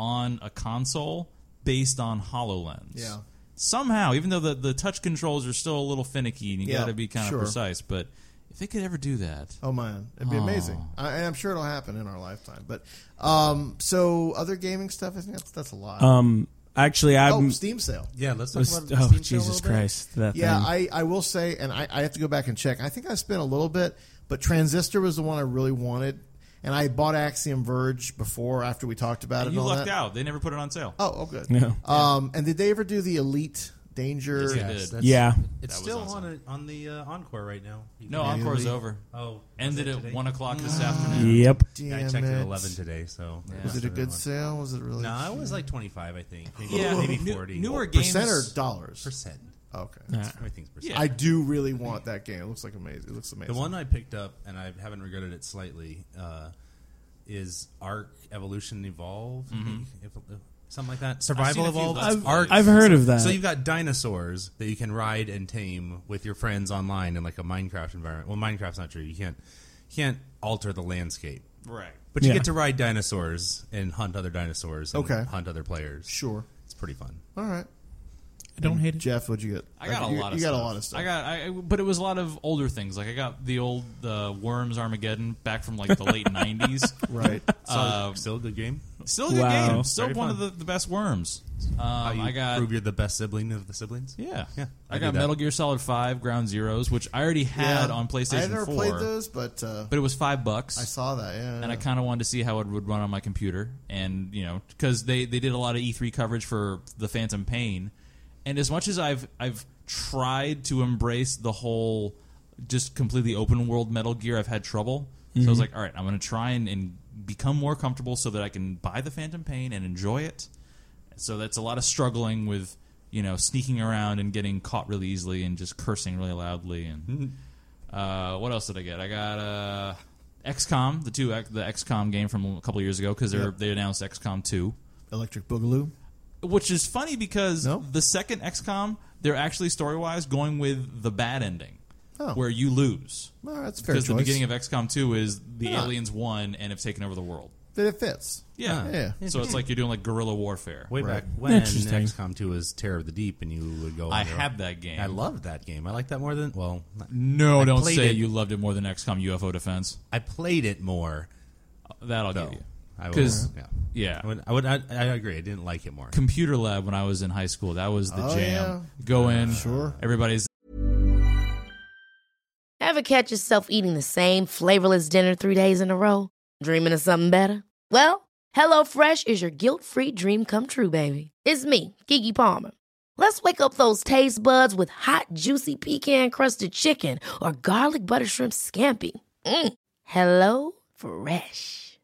S2: on a console based on Hololens.
S1: Yeah.
S2: Somehow, even though the, the touch controls are still a little finicky and you
S1: Yeah,
S2: got to be kind of
S1: sure.
S2: precise, but if they could ever do that,
S1: Oh man, it'd be
S2: Aw.
S1: amazing, I, and I'm sure it'll happen in our lifetime. But um, so other gaming stuff, I think that's that's a lot.
S3: Um, actually, I'm
S1: oh, Steam sale.
S3: Yeah, let's
S1: talk
S3: let's-
S1: about the
S3: oh,
S1: Steam sale a
S3: Jesus
S1: little bit.
S3: Christ, that
S1: yeah,
S3: thing.
S1: I, I will say, and I, I have to go back and check. I think I spent a little bit, but Transistor was the one I really wanted, and I bought Axiom Verge before after we talked about it.
S2: and you
S1: and all
S2: lucked
S1: Oh, that.
S2: out. They never put it on sale.
S1: Oh, oh, good.
S3: Yeah.
S1: Um, and did they ever do the Elite Danger?
S2: Yes, they Yes, did. that's-
S3: Yeah.
S4: It's
S2: That was
S4: still on a, on the uh, encore right now. You
S2: No,
S4: can-
S2: Encore's over.
S4: Oh,
S2: ended
S4: was
S2: at
S4: it today?
S2: one o'clock this afternoon.
S3: Yep.
S4: Yeah, I
S1: Damn
S4: checked
S1: it.
S4: at eleven today. So
S1: Ah. Was it a good sale? Was it really-
S4: No, it was like twenty five. I think. Maybe,
S2: Yeah,
S4: maybe
S2: new-
S4: forty.
S2: newer
S1: Percent
S2: games-
S1: or dollars?
S4: Percent.
S1: Okay.
S4: It's- everything's percent.
S1: I do really want that game. It looks like amazing. It looks amazing.
S4: The one I picked up, and I haven't regretted it slightly, uh, is Arc Evolution Evolve, I think, if- if- something like that.
S2: I've seen
S4: Survival
S2: a few
S4: Evolve.
S2: Let's
S4: It's
S2: I've-
S4: Arc.
S3: I've heard of that.
S4: So you've got dinosaurs that you can ride and tame with your friends online in like a Minecraft environment. Well, Minecraft's not true. You can't you can't alter the landscape,
S2: Right.
S4: But you
S3: Yeah.
S4: get to ride dinosaurs and hunt other dinosaurs. And
S1: Okay.
S4: Hunt other players.
S1: Sure.
S4: It's pretty fun.
S1: All right.
S3: I don't hate it.
S1: Jeff, what'd you get?
S2: I got a
S1: you,
S2: lot.
S1: You
S2: of
S1: got
S2: stuff.
S1: a lot of stuff.
S2: I got, I, but it was a lot of older things. Like I got the old uh, Worms Armageddon back from like the late nineties.
S1: Right.
S2: Uh,
S4: still a good game.
S2: still a good
S4: Wow.
S2: game. Still
S4: Very
S2: one
S4: fun.
S2: of the, the best Worms. Um,
S4: How you
S2: I got.
S4: prove you're the best sibling of the siblings.
S2: Yeah,
S4: yeah.
S2: I,
S4: do
S2: got
S4: that.
S2: Metal Gear Solid Five Ground Zeroes, which I already had
S1: Yeah.
S2: on PlayStation
S1: I never
S2: Four.
S1: played those, but uh,
S2: but it was five bucks.
S1: I saw that. Yeah.
S2: and I kind of wanted to see how it would run on my computer, and you know, because they they did a lot of E3 coverage for the Phantom Pain, and as much as I've I've tried to embrace the whole just completely open world Metal Gear, I've had trouble. So I was
S6: Mhm.
S2: like, all right, I'm going to try and, and become more comfortable so that I can buy the Phantom Pain and enjoy it. So that's a lot of struggling with you know sneaking around and getting caught really easily and just cursing really loudly and. Uh, what else did I get? I got uh, XCOM, the two the XCOM game from a couple years ago because they are
S1: Yep.
S2: they announced XCOM two,
S1: Electric Boogaloo.
S2: which is funny because the second XCOM they're actually story wise going with the bad ending.
S1: Oh.
S2: Where you lose,
S1: Well, that's a fair
S2: because the
S1: choice.
S2: beginning of XCOM 2 is the
S1: Yeah.
S2: aliens won and have taken over the world.
S1: That it fits.
S2: Yeah,
S1: Yeah.
S2: So it's like you're doing like guerrilla warfare.
S4: Way
S2: Right.
S4: back when
S2: Interesting.
S4: XCOM 2 was Terror of the Deep, and you would go.
S2: I
S4: on your-
S2: had that game.
S4: I loved that game. I liked that more than well. not-
S2: No,
S4: I
S2: don't
S4: played
S2: say
S4: it-
S2: you loved it more than XCOM UFO Defense.
S4: I played it more.
S2: That I'll
S4: though.
S2: give you.
S4: I will-
S2: 'Cause-
S4: yeah.
S2: yeah.
S4: I would. I, would I, I agree. I didn't like it more.
S2: Computer lab when I was in high school. That was the
S4: Oh,
S2: jam. Go in. Sure. Everybody's
S7: Ever catch yourself eating the same flavorless dinner three days in a row? Dreaming of something better? Well, HelloFresh is your guilt free dream come true, baby. It's me, Gigi Palmer. Let's wake up those taste buds with hot, juicy pecan crusted chicken or garlic butter shrimp scampi. Mm. Hello Fresh.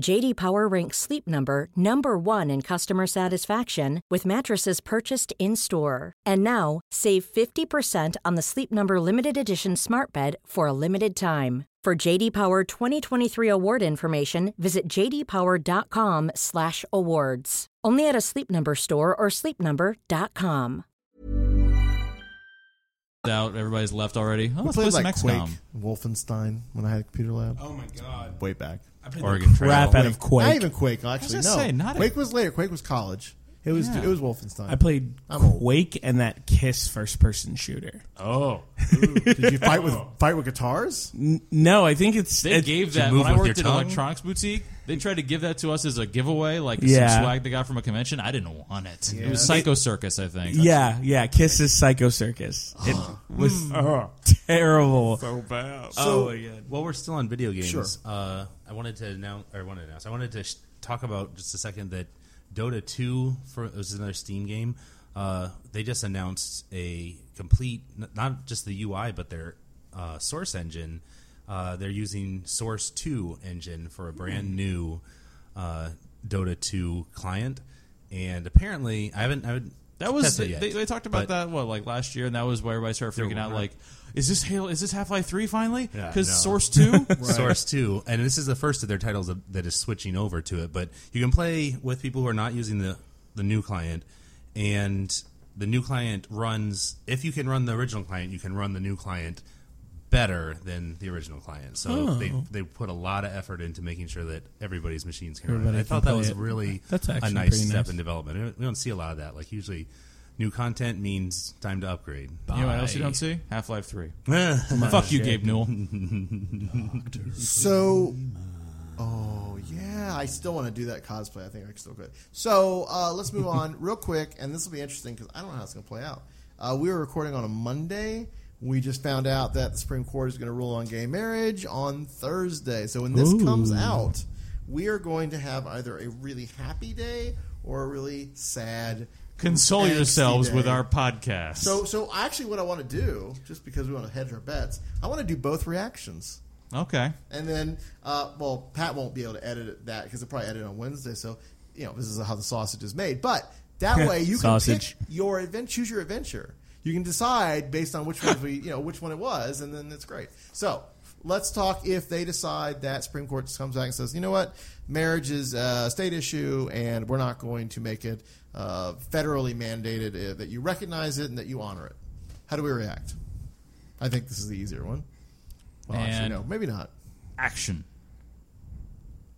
S8: JD Power ranks Sleep Number number 1 in customer satisfaction with mattresses purchased in-store. And now, save 50% on the Sleep Number limited edition Smart Bed for a limited time. For JD Power 2023 award information, visit jdpower.com/awards. Only at a Sleep Number store or sleepnumber.com.
S2: out. Everybody's left already. Oh,
S1: we
S2: let's
S1: played
S2: play some
S1: like
S2: XCOM.
S1: Quake, Wolfenstein when I had computer lab.
S3: Oh my god.
S1: Way back.
S3: I played the
S4: Oregon
S3: crap
S4: Trail.
S3: out of Quake.
S1: Not even Quake. Actually,
S3: I was
S1: no.
S3: gonna say, not
S1: Quake was later. Quake was college. It was
S3: Yeah.
S1: it was Wolfenstein.
S3: I played
S1: I'm old.
S3: Quake and that Kiss first-person shooter.
S1: Oh, did you fight with fight with guitars?
S3: N- no, I think it's
S2: They
S3: it-
S2: gave that when I worked at an electronics boutique. They tried to give that to us as a giveaway, like
S3: Yeah.
S2: some swag they got from a convention. I didn't want it.
S3: Yeah.
S2: It was Psycho Circus, I think.
S3: yeah, yeah. Kiss is Psycho Circus. It was
S1: Hmm.
S4: Mm.
S3: terrible.
S4: So,
S3: oh, yeah.
S4: while we're still on video games,
S3: Sure.
S4: uh, I wanted to announce, or I wanted to announce, I wanted to sh- talk about just a second that Dota 2, for it was another Steam game. Uh, they just announced a complete, n- not just the UI, but their uh, Source engine. Uh, they're using Source 2 engine for a brand new uh, Dota 2 client, and apparently, I haven't, I haven't
S2: That was
S4: tested it
S2: they,
S4: yet,
S2: they talked
S4: but-
S2: about that what like last year, and that was where everybody started
S4: They're
S2: freaking out.
S4: wondering.
S2: Like, is this Halo? Is this Half Life Three finally?
S4: Yeah,
S2: Because
S4: no.
S2: Source Two,
S4: Source Two, and this is the first of their titles of- that is switching over to it. But you can play with people who are not using the the new client, and the new client runs. If you can run the original client, you can run the new client better than the original client. So
S3: Oh.
S4: they they put a lot of effort into making sure that everybody's machines can run.
S3: Everybody
S4: it. I
S3: can
S4: thought that
S3: play
S4: was
S3: it.
S4: really
S3: That's
S4: a
S3: actually
S4: nice
S3: pretty
S4: step
S3: nice.
S4: in development. We don't see a lot of that. Like usually. New content means time to upgrade.
S2: You know what else you
S4: Bye.
S2: don't see? Half Life Three.
S4: Fuck
S2: Fuck you, Gabe Newell.
S1: So, oh yeah, I still want to do that cosplay. I think I still could. So uh, let's move on real quick, and this will be interesting because I don't know how it's going to play out. Uh, we were recording on a Monday. We just found out that the Supreme Court is going to rule on gay marriage on Thursday. So when this
S9: Ooh.
S1: comes out, we are going to have either a really happy day or a really sad.
S2: Console
S1: angsty
S2: yourselves
S1: day.
S2: with our podcast.
S1: So, so actually, what I want to do, just because we want to hedge our bets, I want to do both reactions.
S2: okay,
S1: And then, uh, well, Pat won't be able to edit it- that because they'll probably edit it on Wednesday. So, you know, this is how the sausage is made. But that way, you can pick
S3: Sausage.
S1: your adventure. Choose your adventure. You can decide based on which one we, you know, which one it was, and then it's great. So. Let's talk if they decide that Supreme Court just comes back and says, you know what, marriage is a state issue, and we're not going to make it uh, federally mandated uh, that you recognize it and that you honor it. How do we react? I think this is the easier one. Well, actually,
S2: And-
S1: no, maybe not.
S2: action.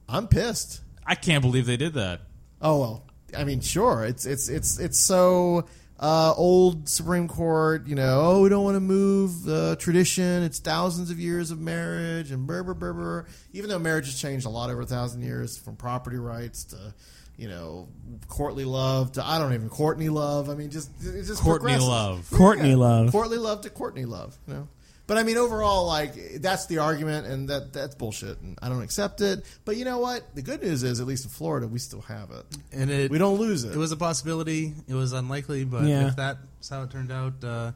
S1: I'm pissed.
S2: I can't believe they did that.
S1: Oh well, I mean, sure. It's it's it's it's so uh, old Supreme Court. You know, oh, we don't want to move the tradition. It's thousands of years of marriage and brr brr brr brr. Even though marriage has changed a lot over a thousand years, from property rights to you know courtly love to I don't even Courtney love. I mean, just it just
S2: Courtney
S1: progresses.
S2: love.
S3: Courtney love.
S1: courtly love to Courtney love. You know. But I mean, overall, like that's the argument, and that that's bullshit, and I don't accept it. But you know what? The good news is, at least in Florida, we still have it.
S4: and it,
S1: we don't lose it.
S4: It was a possibility. It was unlikely, but
S1: Yeah.
S4: if that's how it turned out, uh,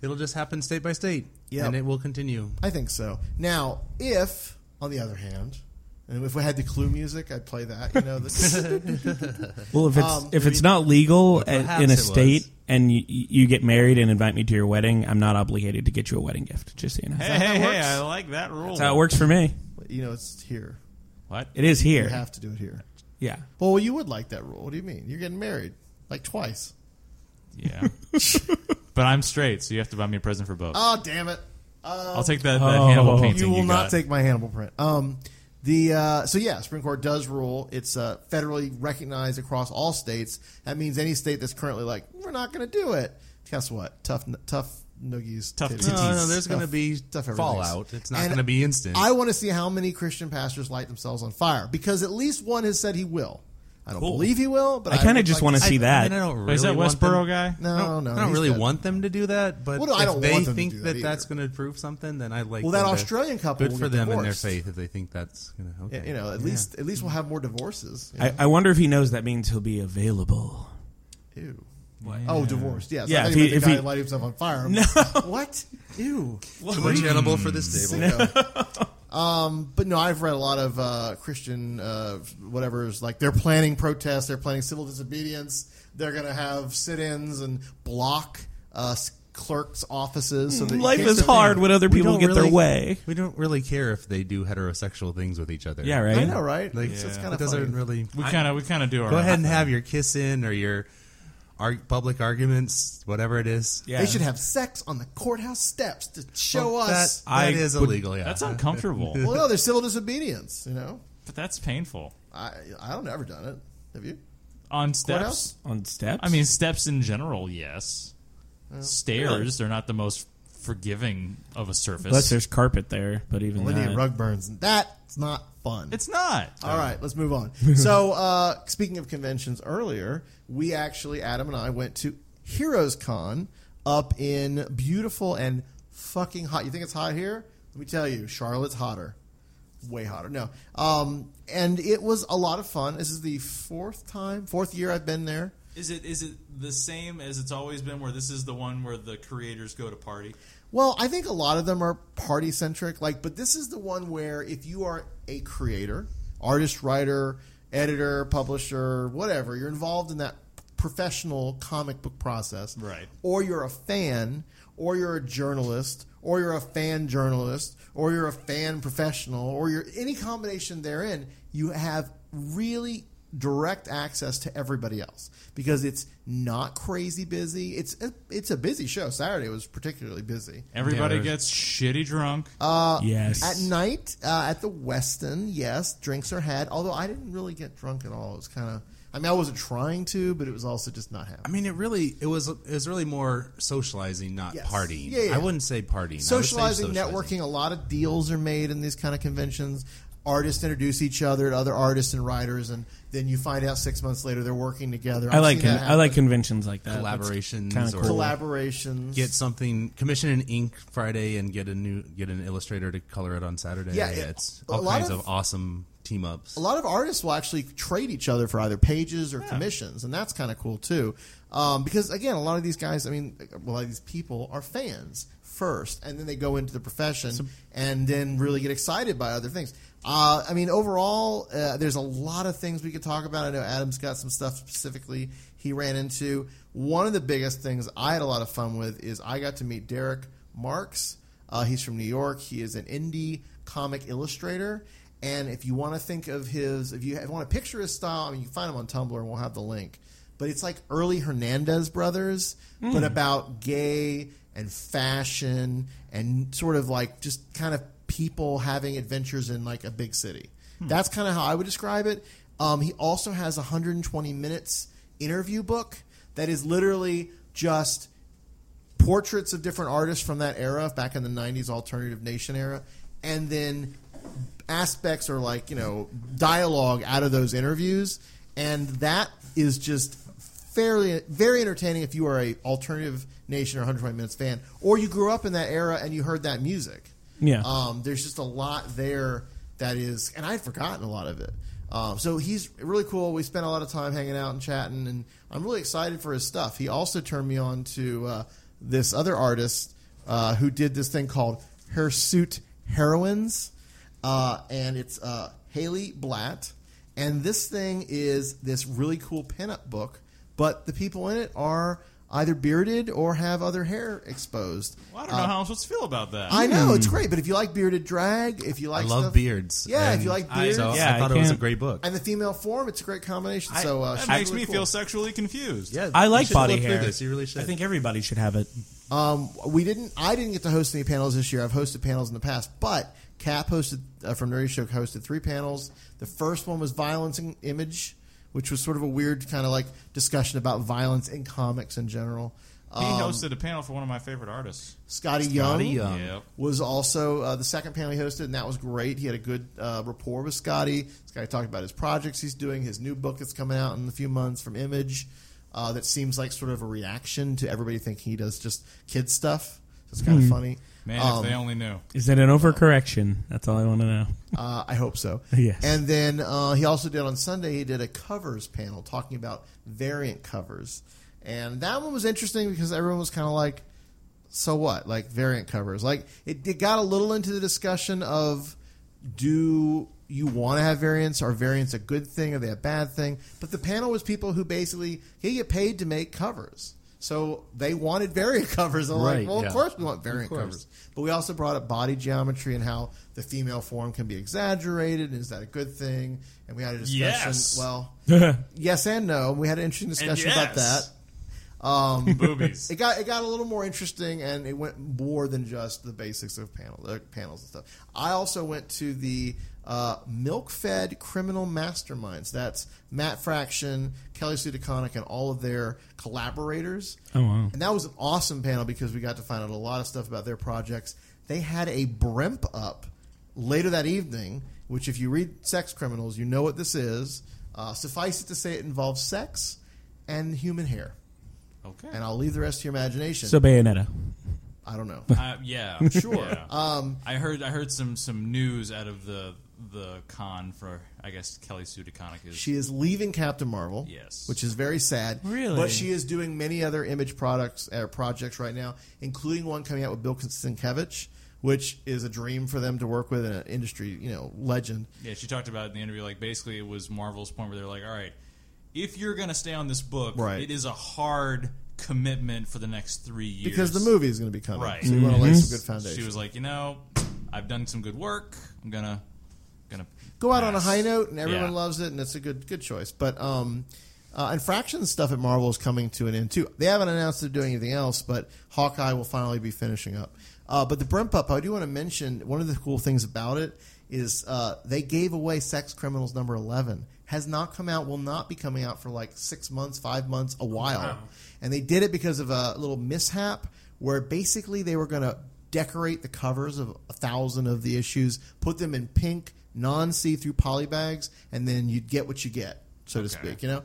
S4: it'll just happen state by state,
S1: Yep.
S4: and it will continue.
S1: I think so. Now, if on the other hand, and if we had the clue music, I'd play that. You know, the
S3: Well, if it's
S1: Um,
S3: if it's not legal
S1: Well,
S3: at,
S1: perhaps
S3: in
S1: it
S3: a
S1: was.
S3: state and you, you get married and invite me to your wedding, I'm not obligated to get you a wedding gift. Just so you know,
S2: Hey, hey, hey! I like that rule.
S3: that's how it works for me.
S1: you know, it's here.
S2: What?
S3: It is here.
S1: You have to do it here.
S3: Yeah.
S1: Well, you would like that rule. What do you mean? You're getting married like twice.
S2: Yeah. but I'm straight, so you have to buy me a present for both.
S1: Oh, damn it! Um,
S2: I'll take that- that Oh. Hannibal painting
S1: You will
S2: you
S1: not
S2: got.
S1: take my Hannibal print. Um, the uh, so yeah, Supreme Court does rule. It's uh, federally recognized across all states. That means any state that's currently like we're not going to do it. Guess what? Tough, tough noogies.
S4: Tough
S1: titties.
S4: titties. No, no, there's
S1: Tough-
S4: gonna be
S1: tough everythings.
S4: fallout. It's not
S1: And
S4: gonna be instant.
S1: I want to see how many Christian pastors light themselves on fire because at least one has said he will. I don't
S4: Cool.
S1: believe he will, but
S3: I
S1: kind
S3: kinda
S1: of
S3: just wanna see that.
S4: I don't really
S2: Wait, is that
S4: want them-
S2: Westboro guy?
S1: No,
S4: I don't-
S1: no,
S4: I don't
S1: he's
S4: really
S1: dead.
S4: want them to do that, but
S1: Well, no, I
S4: if
S1: don't
S4: they
S1: want them to
S4: think
S1: do that
S4: that,
S1: either.
S4: that's going to prove something, then I like.
S1: Well, that
S4: them to-
S1: Australian couple
S4: good
S1: will
S4: for
S1: get
S4: them in their
S1: divorced.
S4: faith if they think that's going to. Okay.
S1: you know, at
S4: Yeah.
S1: least at least we'll have more divorces. you
S3: I, I wonder if he knows that means he'll be available.
S1: Ew. Oh, divorced. Yes.
S3: Yeah,
S1: I
S3: if
S1: thought you
S3: he-
S1: meant
S3: if
S1: the guy
S3: he-
S1: who lighted himself on fire.
S3: No.
S1: What? Ew.
S4: Too much edible for this table.
S1: Sicko. um, but no, I've read a lot of uh, Christian uh, whatever's like they're planning protests, they're planning civil disobedience, they're going to have sit-ins and block uh, s- clerks' offices. So that you
S3: Life
S1: can't
S3: is
S1: sit
S3: hard
S1: down.
S3: when other
S4: We
S3: people
S4: don't
S3: get their
S4: really-
S3: way.
S4: We don't really care if they do heterosexual things with each other.
S3: Yeah, right?
S1: I know, right?
S4: Like,
S1: It's- it's
S4: it
S1: kinda
S4: doesn't
S1: funny.
S4: really.
S2: We kinda- we kinda do our
S4: Go
S2: own
S4: ahead and
S2: thing.
S4: have your kiss in or your ar- public arguments, whatever it is.
S1: They should have sex on the courthouse steps to show
S4: Well,
S1: us.
S4: that- that I is would- illegal, yeah.
S2: That's uncomfortable.
S1: well, no, there's civil disobedience. You know,
S2: But that's painful.
S1: I I've never done it. Have you?
S2: On steps?
S1: Courthouse?
S3: On steps?
S2: I mean, steps in general, yes.
S1: Yeah.
S2: Stairs, they're not the most forgiving of a surface.
S3: Unless there's carpet there, but even
S1: When you
S3: that.
S1: get rug burns, that's not fun.
S2: It's not.
S4: Uh,
S1: All right, let's move on. so, uh, speaking of conventions earlier, we actually, Adam and I, went to Heroes Con up in beautiful and fucking hot. You think it's hot here? Let me tell you, Charlotte's hotter. Way hotter. No. Um, and it was a lot of fun. This is the fourth time, fourth year I've been there.
S2: Is it is it the same as it's always been? Where this is the one where the creators go to party?
S1: Well, I think a lot of them are party centric. Like, but this is the one where if you are a creator, artist, writer, editor, publisher, whatever, you're involved in that professional comic book process,
S2: Right.
S1: Or you're a fan, or you're a journalist, or you're a fan journalist, or you're a fan professional, or you're any combination therein. You have really direct access to everybody else because it's not crazy busy. It's a, it's a busy show. Saturday was particularly busy.
S2: Everybody gets shitty drunk.
S1: Uh,
S2: Yes.
S1: At night uh, at the Westin, yes, drinks are had. Although I didn't really get drunk at all. It was kind of. I mean, I wasn't trying to, but it was also just not happening.
S4: I mean, it really it was it was really more socializing, not
S1: Yes.
S4: partying.
S1: Yeah, yeah.
S4: I wouldn't say partying. I would say
S1: Socializing, networking. A lot of deals are made in these kind of conventions. Artists introduce each other to other artists and writers, and then you find out six months later they're working together.
S3: I
S1: I've
S3: like
S1: seen that
S3: con- I like
S1: happen.
S3: conventions like that. That's kinda
S4: collaborations or
S3: cool.
S1: Collaborations.
S4: Get something, commission an ink Friday, and get a new get an illustrator to color it on Saturday.
S1: Yeah, it-
S4: it's
S1: a
S4: all
S1: lot
S4: kinds
S1: of-
S4: of, awesome team ups.
S1: A lot of artists will actually trade each other for either pages or commissions, and that's kind of cool too. Um, because again, a lot of these guys, I mean, a lot of these people are fans first, and then they go into the profession and then really get excited by other things. Uh, I mean, overall, uh, there's a lot of things we could talk about. I know Adam's got some stuff specifically he ran into. One of the biggest things I had a lot of fun with is I got to meet Derek Marks. Uh, he's from New York. He is an indie comic illustrator. And if you want to think of his, if you want to picture his style, I mean, you can find him on Tumblr and we'll have the link. But it's like early Hernandez brothers, but
S10: Mm.
S1: about gay and fashion and sort of like just kind of people having adventures in like a big city. That's kind of how I would describe it. Um, he also has a 120 minutes interview book that is literally just portraits of different artists from that era, back in the '90s alternative nation era, and then aspects or like you know dialogue out of those interviews, and that is just fairly very entertaining if you are a alternative nation or 120 minutes fan, or you grew up in that era and you heard that music.
S3: Yeah.
S1: um, there's just a lot there that is, and I'd forgotten a lot of it. Um, so he's really cool. We spent a lot of time hanging out and chatting, and I'm really excited for his stuff. He also turned me on to uh, this other artist uh, who did this thing called Hirsute Heroines, uh, and it's uh, Haley Blatt. And this thing is this really cool pinup book, but the people in it are either bearded or have other hair exposed.
S2: Well, I don't know
S1: Uh,
S2: how I'm supposed to feel about that.
S1: I know it's great, but if you like bearded drag, if you like,
S4: I love
S1: stuff-
S4: beards.
S1: yeah, if
S4: and
S1: you like
S4: I-
S1: beards,
S4: so I
S3: Yeah,
S4: thought
S3: I
S4: it was a
S3: can't-
S4: great book.
S1: and the female form, it's a great combination. so uh,
S2: that
S1: she's
S2: makes
S1: really
S2: me
S1: cool.
S2: feel sexually confused. Yeah,
S3: I like
S4: should
S3: body
S4: look through
S3: hair.
S4: this. You really should.
S3: I think everybody should have it.
S1: Um, we didn't. I didn't get to host any panels this year. I've hosted panels in the past, but Cap hosted uh, from Nerdy Show hosted three panels. The first one was violence and image, which was sort of a weird kind of like discussion about violence in comics in general.
S2: He
S1: Um,
S2: hosted a panel for one of my favorite artists,
S1: Scotty Young,
S2: Yep.
S1: was also uh, the second panel he hosted, and that was great. He had a good uh, rapport with Scotty. Scotty talked about his projects he's doing, his new book that's coming out in a few months from Image, uh, that seems like sort of a reaction to everybody thinking he does just kid stuff. So it's kind
S3: Hmm.
S1: of funny.
S2: Man,
S1: Um,
S2: if they only knew.
S3: Is it an overcorrection? That's all I want to know.
S1: Uh, I hope so.
S3: Yes.
S1: And then uh, he also did on Sunday. He did a covers panel talking about variant covers, and that one was interesting because everyone was kind of like, "So what?" Like variant covers. Like it, it got a little into the discussion of, "Do you want to have variants? Are variants a good thing? Are they a bad thing?" But the panel was people who basically he get paid to make covers. So they wanted variant covers. And I'm
S4: Right,
S1: like, well,
S4: yeah.
S1: of course we want variant
S4: course.
S1: covers. But we also brought up body geometry and how the female form can be exaggerated. And is that a good thing? And we had a discussion.
S2: Yes.
S1: Well, yes and no. We had an interesting discussion about
S2: yes.
S1: that. Um,
S2: Boobies.
S1: It got it got a little more interesting, and it went more than just the basics of panel uh, panels and stuff. I also went to the uh, Milk Fed Criminal Masterminds. That's Matt Fraction, Kelly Sue DeConnick, and all of their collaborators.
S3: Oh, wow.
S1: And that was an awesome panel because we got to find out a lot of stuff about their projects. They had a Bremp up later that evening, which, if you read Sex Criminals, you know what this is. Uh, suffice it to say, it involves sex and human hair.
S4: Okay.
S1: And I'll leave the rest to your imagination.
S3: So Bayonetta.
S1: I don't know.
S2: Uh, yeah, I'm
S1: sure.
S2: yeah.
S1: Um,
S2: I heard I heard some some news out of the the con for I guess Kelly Sue DeConnick is
S1: She is leaving Captain Marvel.
S2: Yes.
S1: which is very sad.
S2: Really?
S1: but she is doing many other image products uh, projects right now, including one coming out with Bill Sienkiewicz, which is a dream for them to work with an industry you know legend.
S2: Yeah, she talked about it in the interview. Like basically, it was Marvel's point where they're like, "All right, if you're going to stay on this book,
S1: Right.
S2: it is a hard commitment for the next three years
S1: Because the movie is gonna be coming.
S2: Right,
S1: So you wanna lay
S2: Mm-hmm.
S1: some good foundation.
S2: She was like, you know, I've done some good work. I'm gonna gonna
S1: Go out on a
S2: pass."
S1: high note, and everyone
S2: Yeah.
S1: loves it, and it's a good good choice. But um, uh, and Fraction's stuff at Marvel is coming to an end too. They haven't announced they're doing anything else, but Hawkeye will finally be finishing up. Uh, but the Brent Pup, I do want to mention one of the cool things about it is uh, they gave away Sex Criminals number eleven. Has not come out, will not be coming out for like six months, five months, a while.
S3: Wow.
S1: And they did it because of a little mishap where basically they were going to decorate the covers of a thousand of the issues, put them in pink, non see through poly bags, and then you'd get what you get, so to speak, you know?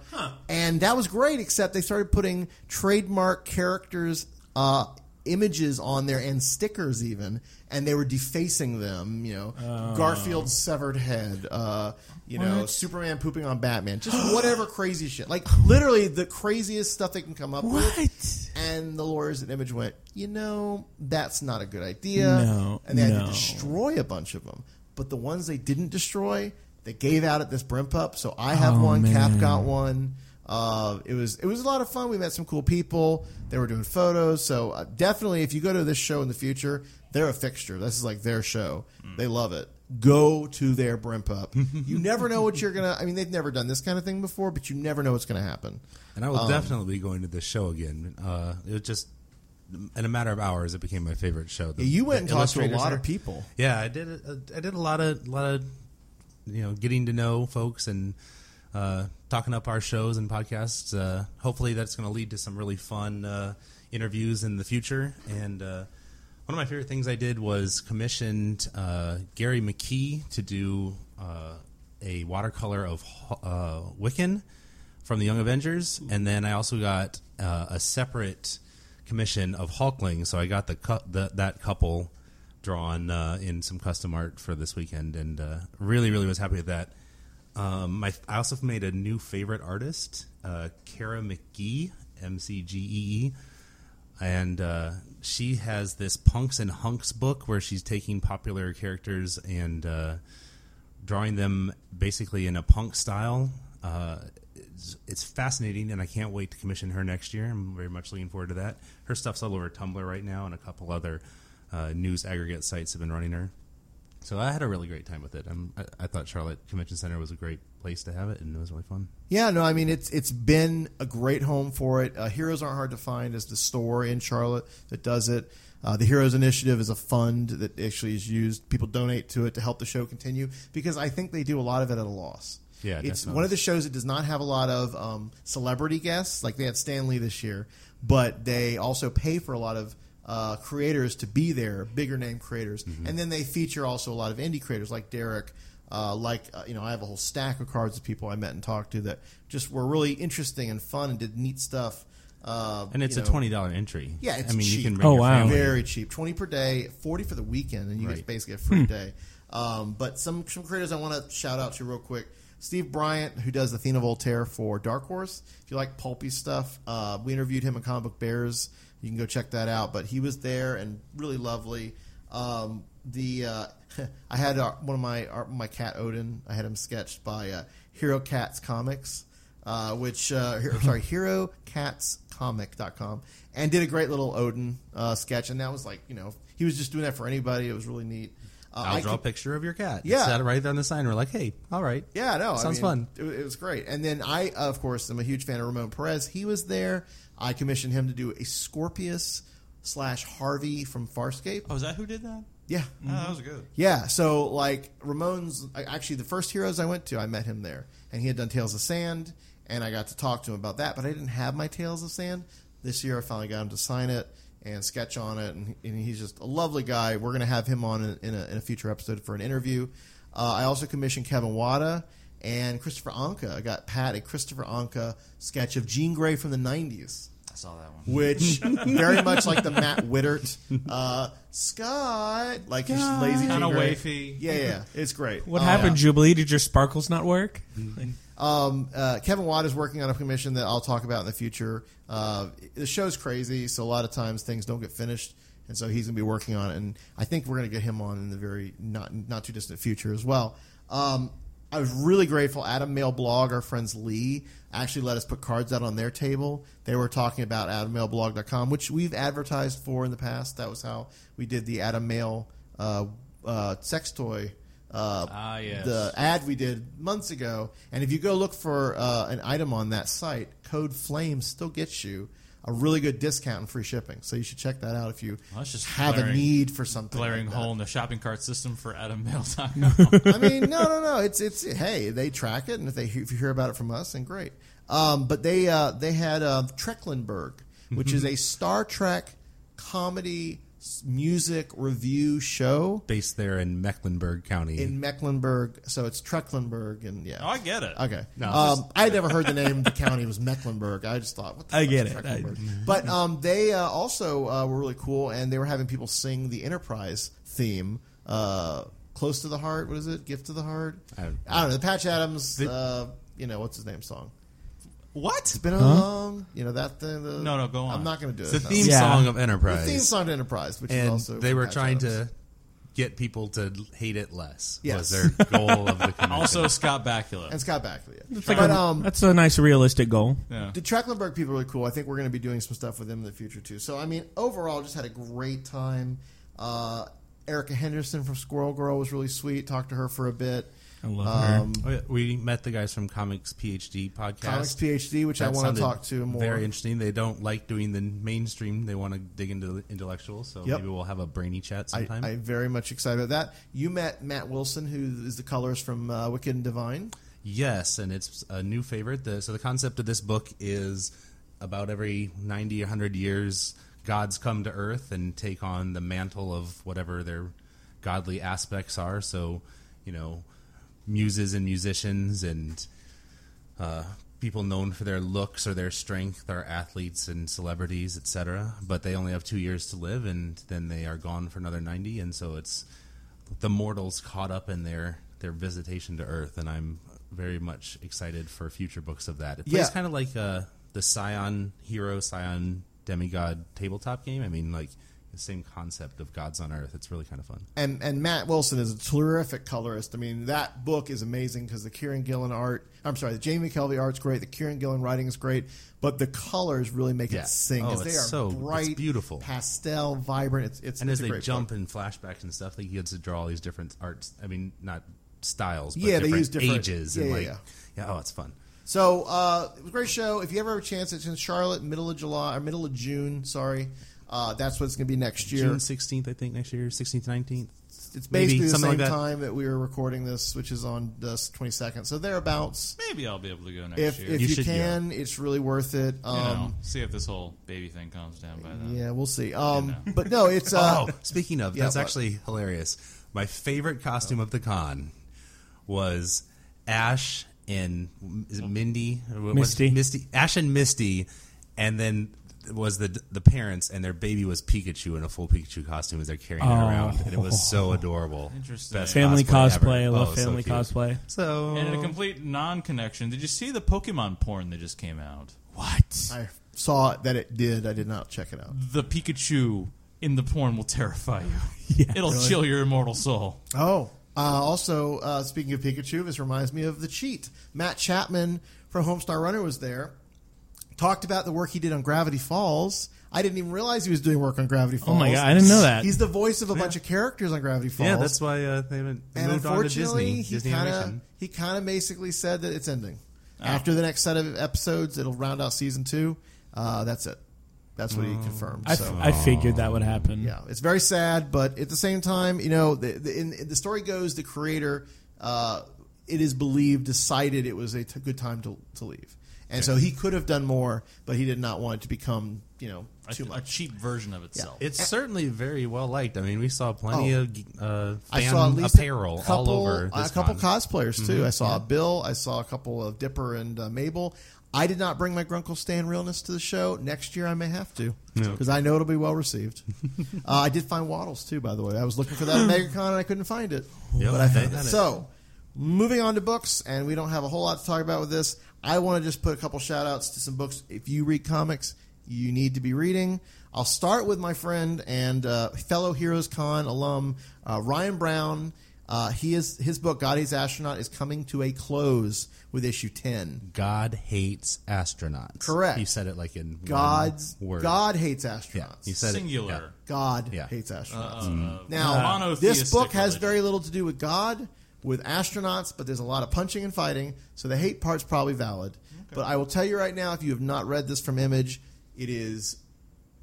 S1: And that was great, except they started putting trademark characters. Uh, images on there and stickers even and they were defacing them you know
S3: Oh.
S1: garfield's severed head uh you know
S3: What?
S1: superman pooping on batman just whatever crazy shit like literally the craziest stuff they can come up with and the lawyers at image went you know that's not a good idea
S3: No,
S1: and they had
S3: no.
S1: to destroy a bunch of them but the ones they didn't destroy they gave out at this brimp up so i have
S3: Oh,
S1: one. cap
S3: man.
S1: got one uh, it was it was a lot of fun. We met some cool people. They were doing photos. So uh, definitely, if you go to this show in the future, they're a fixture. This is like their show. They love it. Go to their brimp up. you never know what you're gonna. I mean, they've never done this kind of thing before, but you never know what's gonna happen.
S4: And I will
S1: Um,
S4: definitely be going to this show again. Uh, it was just in a matter of hours, it became my favorite show. The-
S1: Yeah, you went and
S4: the
S1: talked to a
S4: illustrators
S1: lot of
S4: there.
S1: people.
S4: Yeah, I did. A, I did a lot of lot of you know getting to know folks and uh, talking up our shows and podcasts. Uh, hopefully, that's going to lead to some really fun uh, interviews in the future. And uh, one of my favorite things I did was commissioned uh, Gary McKee to do uh, a watercolor of uh, Wiccan from the Young Avengers, and then I also got uh, a separate commission of Hulkling. So I got the, cu- the that couple drawn uh, in some custom art for this weekend, and uh, really, really was happy with that. Um, my, I also made a new favorite artist, uh, Kara McGee, M C G E E, and uh, she has this Punks and Hunks book where she's taking popular characters and uh, drawing them basically in a punk style. Uh, it's, it's fascinating, and I can't wait to commission her next year. I'm very much looking forward to that. Her stuff's all over Tumblr right now, and a couple other uh, news aggregate sites have been running her. So I had a really great time with it. I'm, I, I thought Charlotte Convention Center was a great place to have it, and it was really fun.
S1: Yeah, no, I mean it's it's been a great home for it. Uh, Heroes aren't hard to find is the store in Charlotte that does it. Uh, the Heroes Initiative is a fund that actually is used. People donate to it to help the show continue because I think they do a lot of it at a loss.
S4: Yeah,
S1: it's
S4: definitely.
S1: one of the shows that does not have a lot of um, celebrity guests. Like they had Stan Lee this year, but they also pay for a lot of uh, creators to be there, bigger name creators,
S4: Mm-hmm.
S1: and then they feature also a lot of indie creators like Derek. Uh, like uh, you know, I have a whole stack of cards of people I met and talked to that just were really interesting and fun and did neat stuff. Uh,
S4: And it's
S1: you
S4: a
S1: know.
S4: twenty dollar entry.
S1: Yeah, it's
S4: I mean
S1: cheap.
S4: you can
S2: Oh,
S4: bring your family.
S1: very cheap, twenty per day, forty for the weekend, and you
S4: Right.
S1: get basically a free
S4: Hmm.
S1: day. Um, but some some creators I want to shout out to real quick: Steve Bryant, who does the Athena Voltaire for Dark Horse. If you like pulpy stuff, uh, we interviewed him in Comic Book Bears. You can go check that out. But he was there and really lovely. Um, the uh, I had uh, one of my our, my cat Odin. I had him sketched by uh, Hero Cats Comics uh, which uh, here, sorry, herocatscomic.com, and did a great little Odin uh, sketch, and that was like you know he was just doing that for anybody. It was really neat. Uh,
S4: I'll
S1: I
S4: draw
S1: could-
S4: a picture of your cat.
S1: Yeah.
S4: Yeah, Set it right there on the sign. We're like, hey, all right.
S1: yeah, no, I
S4: sounds
S1: mean,
S4: fun.
S1: It, wa- it was great. And then I, of course, am a huge fan of Ramon Perez. He was there. I commissioned him to do a Scorpius slash Harvey from Farscape.
S2: Oh, is that who did that?
S9: Mm-hmm.
S1: Yeah,
S2: Oh, that was good.
S1: Yeah, so like Ramones, I- actually, the first Heroes I went to, I met him there, and he had done Tales of Sand, and I got to talk to him about that. But I didn't have my Tales of Sand this year. I finally got him to sign it and sketch on it, and, and he's just a lovely guy. We're gonna have him on in, in, a, in a future episode for an interview. Uh, I also commissioned Kevin Wada and Christopher Anka. I got Pat a Christopher Anka sketch of Jean Grey from the '90s. I
S2: saw that one.
S1: Which very much like the Matt Wittert uh, Scott, like he's just lazy,
S2: Kinda
S1: Jean Grey.
S2: wafy.
S1: Yeah, yeah, it's great.
S3: What
S1: Um,
S3: happened, Jubilee? Did your sparkles not work?
S1: Um, uh, Kevin Watt is working on a commission that I'll talk about in the future. Uh, the show's crazy, so a lot of times things don't get finished, and so he's going to be working on it. And I think we're going to get him on in the very not not too distant future as well. Um, I was really grateful. Adam Mail Blog, our friends Lee, actually let us put cards out on their table. They were talking about AdamMailBlog.com, which we've advertised for in the past. That was how we did the Adam Mail uh, uh, sex toy. Uh,
S2: Ah, yes.
S1: The ad we did months ago. And if you go look for uh, an item on that site, code FLAME still gets you a really good discount and free shipping. So you should check that out if you
S9: Well, that's just
S1: have
S9: glaring-
S1: a need for something.
S9: Glaring
S1: like that.
S9: hole in the shopping cart system for AdamMail.com.
S1: I mean, no, no, no. It's it's hey, they track it, and if they if you hear about it from us, then great. Um, but they uh, they had uh, Treklenberg, which is a Star Trek comedy s- music review show
S2: based there in Mecklenburg County.
S1: in Mecklenburg. So it's Treklenberg, and yeah,
S2: Oh, I get it.
S1: Okay,
S2: No,
S1: um,
S2: just-
S1: I had never heard the name. of The county was Mecklenburg. I just thought, what the
S3: I
S1: fuck
S3: get
S1: is
S3: it.
S1: Mecklenburg?
S3: I-
S1: but um, they uh, also uh, were really cool, and they were having people sing the Enterprise theme. Uh, Close to the heart, what is it? Gift to the heart. I don't, know. The Patch Adams, uh, you know, what's his name song?
S9: What?
S1: It's been a
S9: Huh?
S1: long, you know that thing. The,
S9: No, no, go on.
S1: I'm not going to do
S9: It's
S1: it. No.
S9: the
S2: theme song of Enterprise.
S1: The theme song to Enterprise, which
S2: and
S1: is also
S2: they were
S1: Patch
S2: trying
S1: Adams.
S2: to get people to hate it less.
S1: Yes.
S2: Was their goal of the commission.
S9: Also Scott Bakula.
S1: and Scott Bakula.
S9: That's
S3: Like
S1: but
S3: a-
S1: um,
S3: that's a nice realistic goal.
S1: The Trecklenburg people are really cool. I think we're going to be doing some stuff with them in the future too. So I mean, overall, just had a great time. Uh, Erica Henderson from Squirrel Girl was really sweet. Talked to her for a bit.
S2: I love her.
S1: Um,
S2: Oh, yeah, We met the guys from Comics PhD podcast.
S1: Comics PhD, which I wanna
S2: sounded
S1: talk to more.
S2: Very interesting. They don't like doing the mainstream. They want to dig into the intellectual. So
S1: Yep.
S2: maybe we'll have a brainy chat
S1: I,
S2: sometime.
S1: I very much excited about that. You met Matt Wilson, who is the colorist from uh, Wicked and Divine.
S2: Yes, and it's a new favorite. The, so the concept of this book is about every 90, 100 years, gods come to Earth and take on the mantle of whatever their godly aspects are. So, you know, muses and musicians and uh, people known for their looks or their strength are athletes and celebrities, etc. But they only have two years to live, and then they are gone for another ninety. And so it's the mortals caught up in their their visitation to Earth. And I'm very much excited for future books of that. It plays
S1: Yeah.
S2: kind of like uh, the Scion hero, Scion demigod tabletop game. I mean, like the same concept of gods on Earth. It's really kind of fun.
S1: and and Matt Wilson is a terrific colorist. I mean, that book is amazing because the Kieran Gillen art. I'm sorry, the Jamie Kelvey art's great. The Kieran Gillen writing is great, but the colors really make
S2: Yeah.
S1: it sing
S2: Oh,
S1: because they
S2: it's
S1: are
S2: so- it's
S1: bright,
S2: beautiful.
S1: pastel, vibrant. It's it's
S2: and
S1: it's
S2: as
S1: a
S2: they
S1: great
S2: jump
S1: book.
S2: in flashbacks and stuff, like he gets to draw all these different arts. I mean, not styles, but
S1: Yeah, they
S2: different
S1: use different-
S2: ages
S1: yeah,
S2: and
S1: yeah,
S2: like,
S1: yeah.
S2: yeah. oh, it's fun.
S1: So uh, it was a great show. If you ever have a chance, it's in Charlotte, middle of July or middle of June. Sorry, uh, that's what it's going to be next year.
S2: June sixteenth, I think next year, sixteenth, nineteenth.
S1: It's basically the same time that we were recording this, which is on the 22nd. So thereabouts.
S9: Maybe I'll be able to go next
S1: If,
S9: year.
S1: if
S9: You
S1: you,
S9: should go.
S1: can, it's really worth it.
S9: You
S1: Um,
S9: know, see if this whole baby thing calms down by then.
S1: Yeah, we'll see. Um, But no, it's. Uh,
S2: oh, speaking of,
S1: yeah,
S2: that's
S1: what?
S2: actually hilarious. My favorite costume of the con was Ash and is it Mindy, Or what was-
S3: Misty.
S2: Misty, Ash and Misty, and then was the the parents and their baby was Pikachu in a full Pikachu costume as they're carrying it
S3: Oh.
S2: around, and it was so adorable.
S9: Interesting.
S3: Family cosplay. I
S2: ever.
S3: love
S2: Oh, so
S3: family
S2: cute.
S3: cosplay.
S2: So
S9: and in a complete non-connection, did you see the Pokemon porn that just came out? What?
S1: I saw that it did. I did not check it out.
S9: The Pikachu in the porn will terrify you. It'll
S1: really.
S9: chill your immortal soul.
S1: Oh. Uh, also, uh, speaking of Pikachu, this reminds me of The Cheat. Matt Chapman from Homestar Runner was there, talked about the work he did on Gravity Falls. I didn't even realize he was doing work on Gravity Falls.
S3: Oh my God, I didn't know that.
S1: He's the voice of a bunch of characters on Gravity Falls.
S2: Yeah, that's why uh, they haven't they
S1: and
S2: moved on to Disney.
S1: unfortunately,
S2: Disney
S1: he kind of
S2: Animation. Ah.
S1: he kind of basically said that it's ending. After the next set of episodes, it'll round out season two. Uh, that's it. That's what he
S2: Oh.
S1: confirmed.
S3: I, f-
S1: so.
S3: I figured that would happen.
S1: Yeah, it's very sad, but at the same time, you know, the, the, in, the story goes the creator, uh, it is believed, decided it was a t- good time to, to leave. And so he could have done more, but he did not want it to become, you know,
S2: A-
S1: too
S2: a
S1: much.
S2: cheap version of itself.
S4: It's certainly very well liked. I mean, we saw plenty
S1: Oh.
S4: of uh, fan
S1: I saw at least
S4: apparel
S1: a couple, uh,
S4: all over.
S1: a
S4: This
S1: couple
S4: con.
S1: cosplayers too.
S4: Mhm.
S1: I saw Bill. I saw a couple of Dipper and uh, Mabel. I did not bring my Grunkle Stan realness to the show. Next year I may have to
S4: No.
S1: because I know it'll be well received. uh, I did find Waddles too, by the way. I was looking for that at MegaCon and I couldn't find it,
S4: Yep,
S1: but I
S4: they
S1: found it.
S4: had it.
S1: So moving on to books, and we don't have a whole lot to talk about with this. I want to just put a couple shout outs to some books. If you read comics, you need to be reading. I'll start with my friend and uh, fellow Heroes Con alum, uh, Ryan Brown. Uh, he is his book Gotti's Astronaut is coming to a close with issue ten.
S4: God hates astronauts.
S1: Correct.
S4: He said it like in one
S1: God's
S4: word.
S1: God hates astronauts.
S4: he said it,
S2: Singular.
S4: yeah.
S1: God
S4: Yeah.
S1: hates astronauts.
S4: Uh, uh,
S1: now, this
S2: monotheistic
S1: book has very little to do with God, with astronauts, but there's a lot of punching and fighting, so the hate part's probably valid. But I will tell you right now, if you have not read this from Image, it is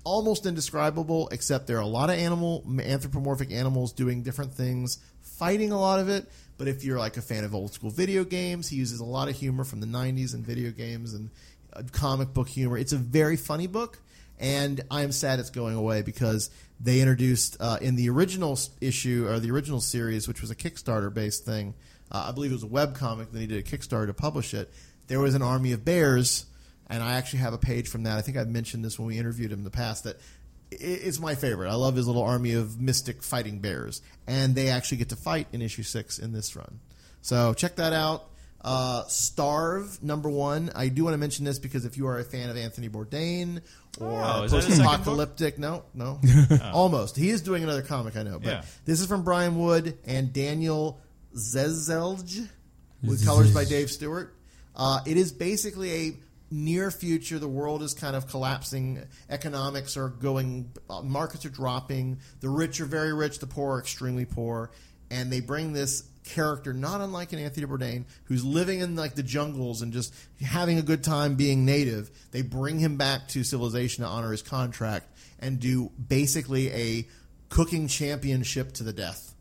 S1: almost indescribable. Except there are a lot of animal, anthropomorphic animals doing different things, fighting a lot of it. But if you're like a fan of old school video games, he uses a lot of humor from the '90s and video games and uh, comic book humor. It's a very funny book and I am sad it's going away because they introduced uh, in the original s- issue or the original series, which was a Kickstarter based thing. Uh, I believe it was a web comic. Then he did a Kickstarter to publish it. There was an army of bears, and I actually have a page from that. I think I've mentioned this when we interviewed him in the past that i- it's my favorite. I love his little army of mystic fighting bears, and they actually get to fight in issue six in this run. So check that out. Uh, Starve number one. I do want to mention this because if you are a fan of Anthony Bourdain or
S2: Oh, is that his second
S1: post-apocalyptic, no, no, almost. He is doing another comic, I know, but
S2: Yeah.
S1: this is from Brian Wood and Daniel Zezelj with colors by Dave Stewart. Uh, it is basically a near future. The world is kind of collapsing. Economics are going. uh, Markets are dropping. The rich are very rich. The poor are extremely poor. And they bring this character, not unlike an Anthony Bourdain, who's living in like the jungles and just having a good time being native. They bring him back to civilization to honor his contract and do basically a cooking championship to the death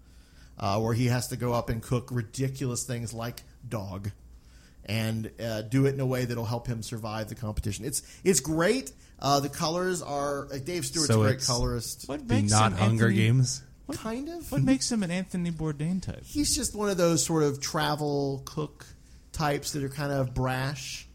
S1: uh, where he has to go up and cook ridiculous things like dog and uh, do it in a way that'll help him survive the competition. It's it's great. Uh, the colors are uh, Dave Stewart's
S4: So
S1: a great
S4: it's
S1: colorist.
S4: What the makes not him Hunger Anthony- Games?
S1: kind of.
S2: What makes him an Anthony Bourdain type?
S1: He's just one of those sort of travel cook types that are kind of brash.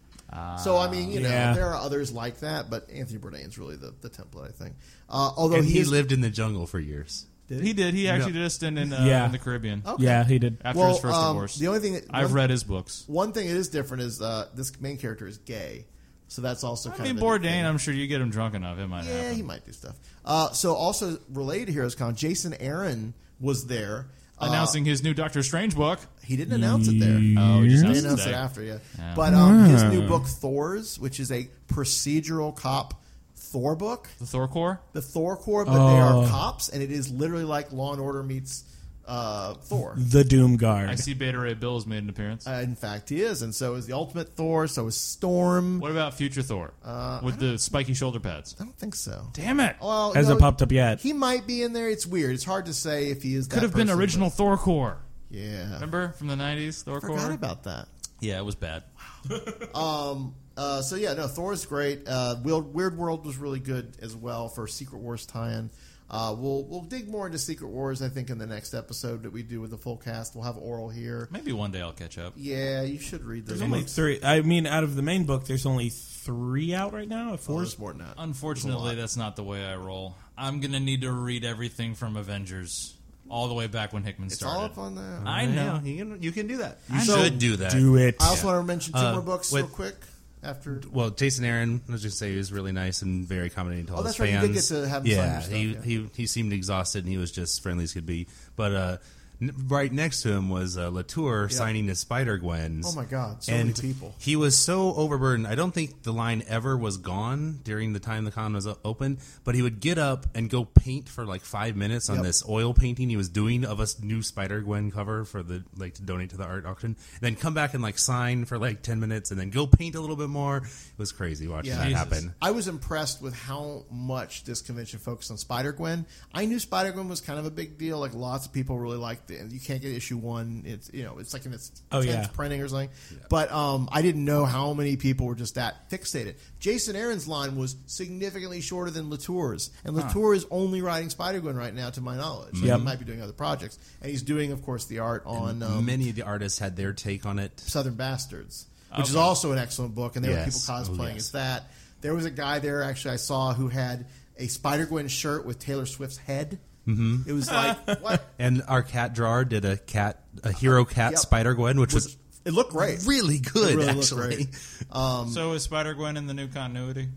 S1: so I mean, you know,
S4: yeah.
S1: there are others like that, but Anthony Bourdain's really the, the template, I think. Uh, although
S4: And
S1: he,
S4: he,
S1: is-
S4: lived in the jungle for years.
S1: Did
S2: He did. He actually did a stint in, uh,
S4: Yeah.
S2: in the Caribbean.
S1: Okay.
S3: Yeah, he did.
S2: After
S1: Well,
S2: his first
S1: um,
S2: divorce.
S1: The only thing that,
S2: I've
S1: one-
S2: read his books.
S1: One thing that is different is uh, this main character is gay, so that's also.
S2: I
S1: kind
S2: mean,
S1: of a new
S2: Bourdain.
S1: thing.
S2: I'm sure you get him drunk enough. It might
S1: Yeah,
S2: happen.
S1: he might do stuff. Uh, so also related to HeroesCon, Jason Aaron was there. Uh,
S2: Announcing his new Doctor Strange book.
S1: He didn't announce it there.
S2: Oh, he just
S1: They
S2: announced
S1: announced it
S2: today.
S1: after, yeah.
S2: Yeah.
S1: But um, his
S2: Wow.
S1: new book, Thor's, which is a procedural cop Thor book.
S2: The Thor Corps?
S1: The Thor Corps, but they are
S3: Oh.
S1: cops, and it is literally like Law and Order meets uh, Thor.
S3: The Doom Guard.
S2: I see Beta Ray Bill's made an appearance.
S1: Uh, in fact, he is, and so is the Ultimate Thor. So is Storm.
S2: What about Future Thor?
S1: Uh,
S2: With the spiky shoulder pads.
S1: I don't think so.
S2: Damn it.
S1: Well,
S3: Hasn't
S1: no,
S3: popped up yet.
S1: He might be in there. It's weird. It's hard to say if he is.
S2: Could
S1: that
S2: have been
S1: person,
S2: original Thor Corps.
S1: but- Yeah.
S2: Remember from the 90s? Thor
S1: Forgot
S2: Corps?
S1: about that.
S2: Yeah, it was bad.
S1: Um. Uh, so yeah, no, Thor's great. Uh, Weird, Weird World was really good as well for Secret Wars tie-in. Uh, we'll we'll dig more into Secret Wars, I think, in the next episode that we do with the full cast. We'll have Oral here.
S2: Maybe one day I'll catch up.
S1: Yeah, you should read those.
S3: There's only
S1: books.
S3: three. I mean, out of the main book, there's only three out right now. If four's
S1: more than that.
S2: Unfortunately, that's not the way I roll. I'm going to need to read everything from Avengers all the way back when Hickman
S1: It's
S2: started.
S1: all up on that.
S2: I know.
S4: You can, you can do that.
S2: I
S4: You
S2: know.
S4: should do that.
S3: Do it.
S1: I also want to mention two
S4: Uh,
S1: more books
S4: with-
S1: real quick. After
S4: Well, Jason Aaron, I was just say he was really nice and very accommodating to all
S1: Oh,
S4: his
S1: that's right. You
S4: fans.
S1: did get to have him sign
S4: yeah,
S1: your stuff,
S4: he,
S1: yeah.
S4: he he seemed exhausted and he was just friendly as could be. But uh, N- right next to him was uh, Latour
S1: Yeah.
S4: signing to Spider Gwen's.
S1: Oh my God, so
S4: and
S1: many people.
S4: He was so overburdened. I don't think the line ever was gone during the time the con was o- open, but he would get up and go paint for like five minutes on
S9: Yep.
S4: this oil painting he was doing of a s- new Spider Gwen cover for the like to donate to the art auction. Then come back and like sign for like ten minutes, and then go paint a little bit more. It was crazy watching that happen.
S1: I was impressed with how much this convention focused on Spider Gwen. I knew Spider Gwen was kind of a big deal. Like lots of people really liked it. You can't get issue one. It's you know it's like in its
S3: Oh,
S1: tenth
S3: yeah.
S1: printing or something. But um, I didn't know how many people were just that fixated. Jason Aaron's line was significantly shorter than Latour's, and
S3: Huh.
S1: Latour is only writing Spider Gwen right now, to my knowledge.
S4: Yep.
S1: He might be doing other projects, and he's doing, of course, the art on um,
S4: Many of the artists had their take on it.
S1: Southern Bastards, which is
S4: Okay.
S1: also an excellent book, and there
S4: Yes.
S1: were people
S4: Oh,
S1: cosplaying
S4: yes.
S1: as that. There was a guy there actually I saw who had a Spider Gwen shirt with Taylor Swift's head.
S4: Mhm.
S1: It was like what?
S4: And our cat drawer did a cat, a hero cat
S1: Yep.
S4: Spider Gwen, which was
S1: It looked great,
S4: really good.
S1: It really looked
S4: actually,
S1: great. Um,
S11: so is Spider Gwen in the new continuity?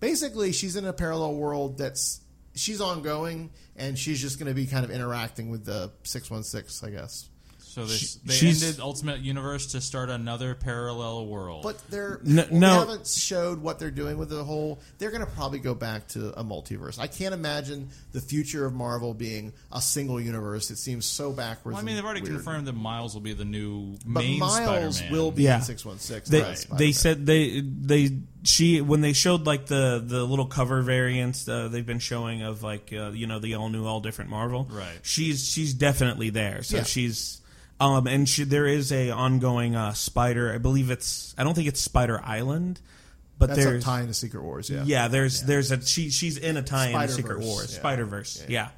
S1: basically she's in a parallel world that's she's ongoing, and she's just going to be kind of interacting with the six one six, I guess.
S11: So they,
S1: She-
S11: they
S1: she's-
S11: ended Ultimate Universe to start another parallel world.
S1: But they're
S11: No-
S1: well,
S11: no.
S1: They haven't showed what they're doing with the whole. They're going to probably go back to a multiverse. I can't imagine the future of Marvel being a single universe. It seems so backwards.
S11: Well, I mean,
S1: and
S11: they've already
S1: weird.
S11: confirmed that Miles will be the new
S1: But
S11: main
S1: Miles
S11: Spider-Man.
S1: will be in
S3: yeah.
S1: 616,
S3: They,
S1: right.
S3: they said they they she when they showed like the the little cover variants uh, they've been showing of like uh, you know the all new all different Marvel.
S11: Right.
S3: She's she's definitely there. So
S11: Yeah.
S3: she's um and she, there is a ongoing uh, Spider. I believe it's I don't think it's Spider Island, but
S1: That's a
S3: there's
S1: tie into Secret Wars, yeah.
S3: Yeah. There's there's a she she's in a tie in Secret
S1: Spider-Verse,
S3: Wars
S1: yeah.
S3: Spider Verse. Yeah.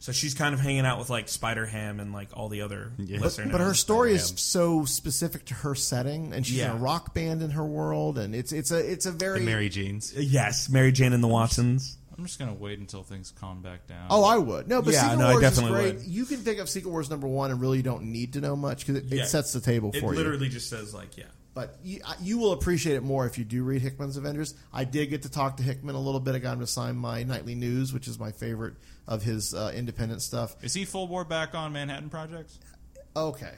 S3: So she's kind of hanging out with like Spider Ham and like all the other
S1: But,
S3: lesser
S1: but
S3: known
S1: her story is
S3: Spider-Ham.
S1: so specific to her setting, and she's in
S3: Yeah.
S1: a rock band in her world, and it's it's a it's a very
S4: Jane's.
S3: Yes, Mary Jane and the Watsons.
S11: I'm just gonna wait until things calm back down.
S1: Oh, I would. No, but
S3: Yeah,
S1: Secret
S3: no, I
S1: Wars is
S3: definitely
S1: great.
S3: would.
S1: You can pick up Secret Wars number one and really don't need to know much because it,
S3: Yeah.
S1: it sets the table
S3: It
S1: for you.
S3: literally just says like yeah.
S1: But you, I- you will appreciate it more if you do read Hickman's Avengers. I did get to talk to Hickman a little bit. I got him to sign my nightly news, which is my favorite of his uh, independent stuff.
S11: Is he full bore back on Manhattan Projects?
S1: Okay.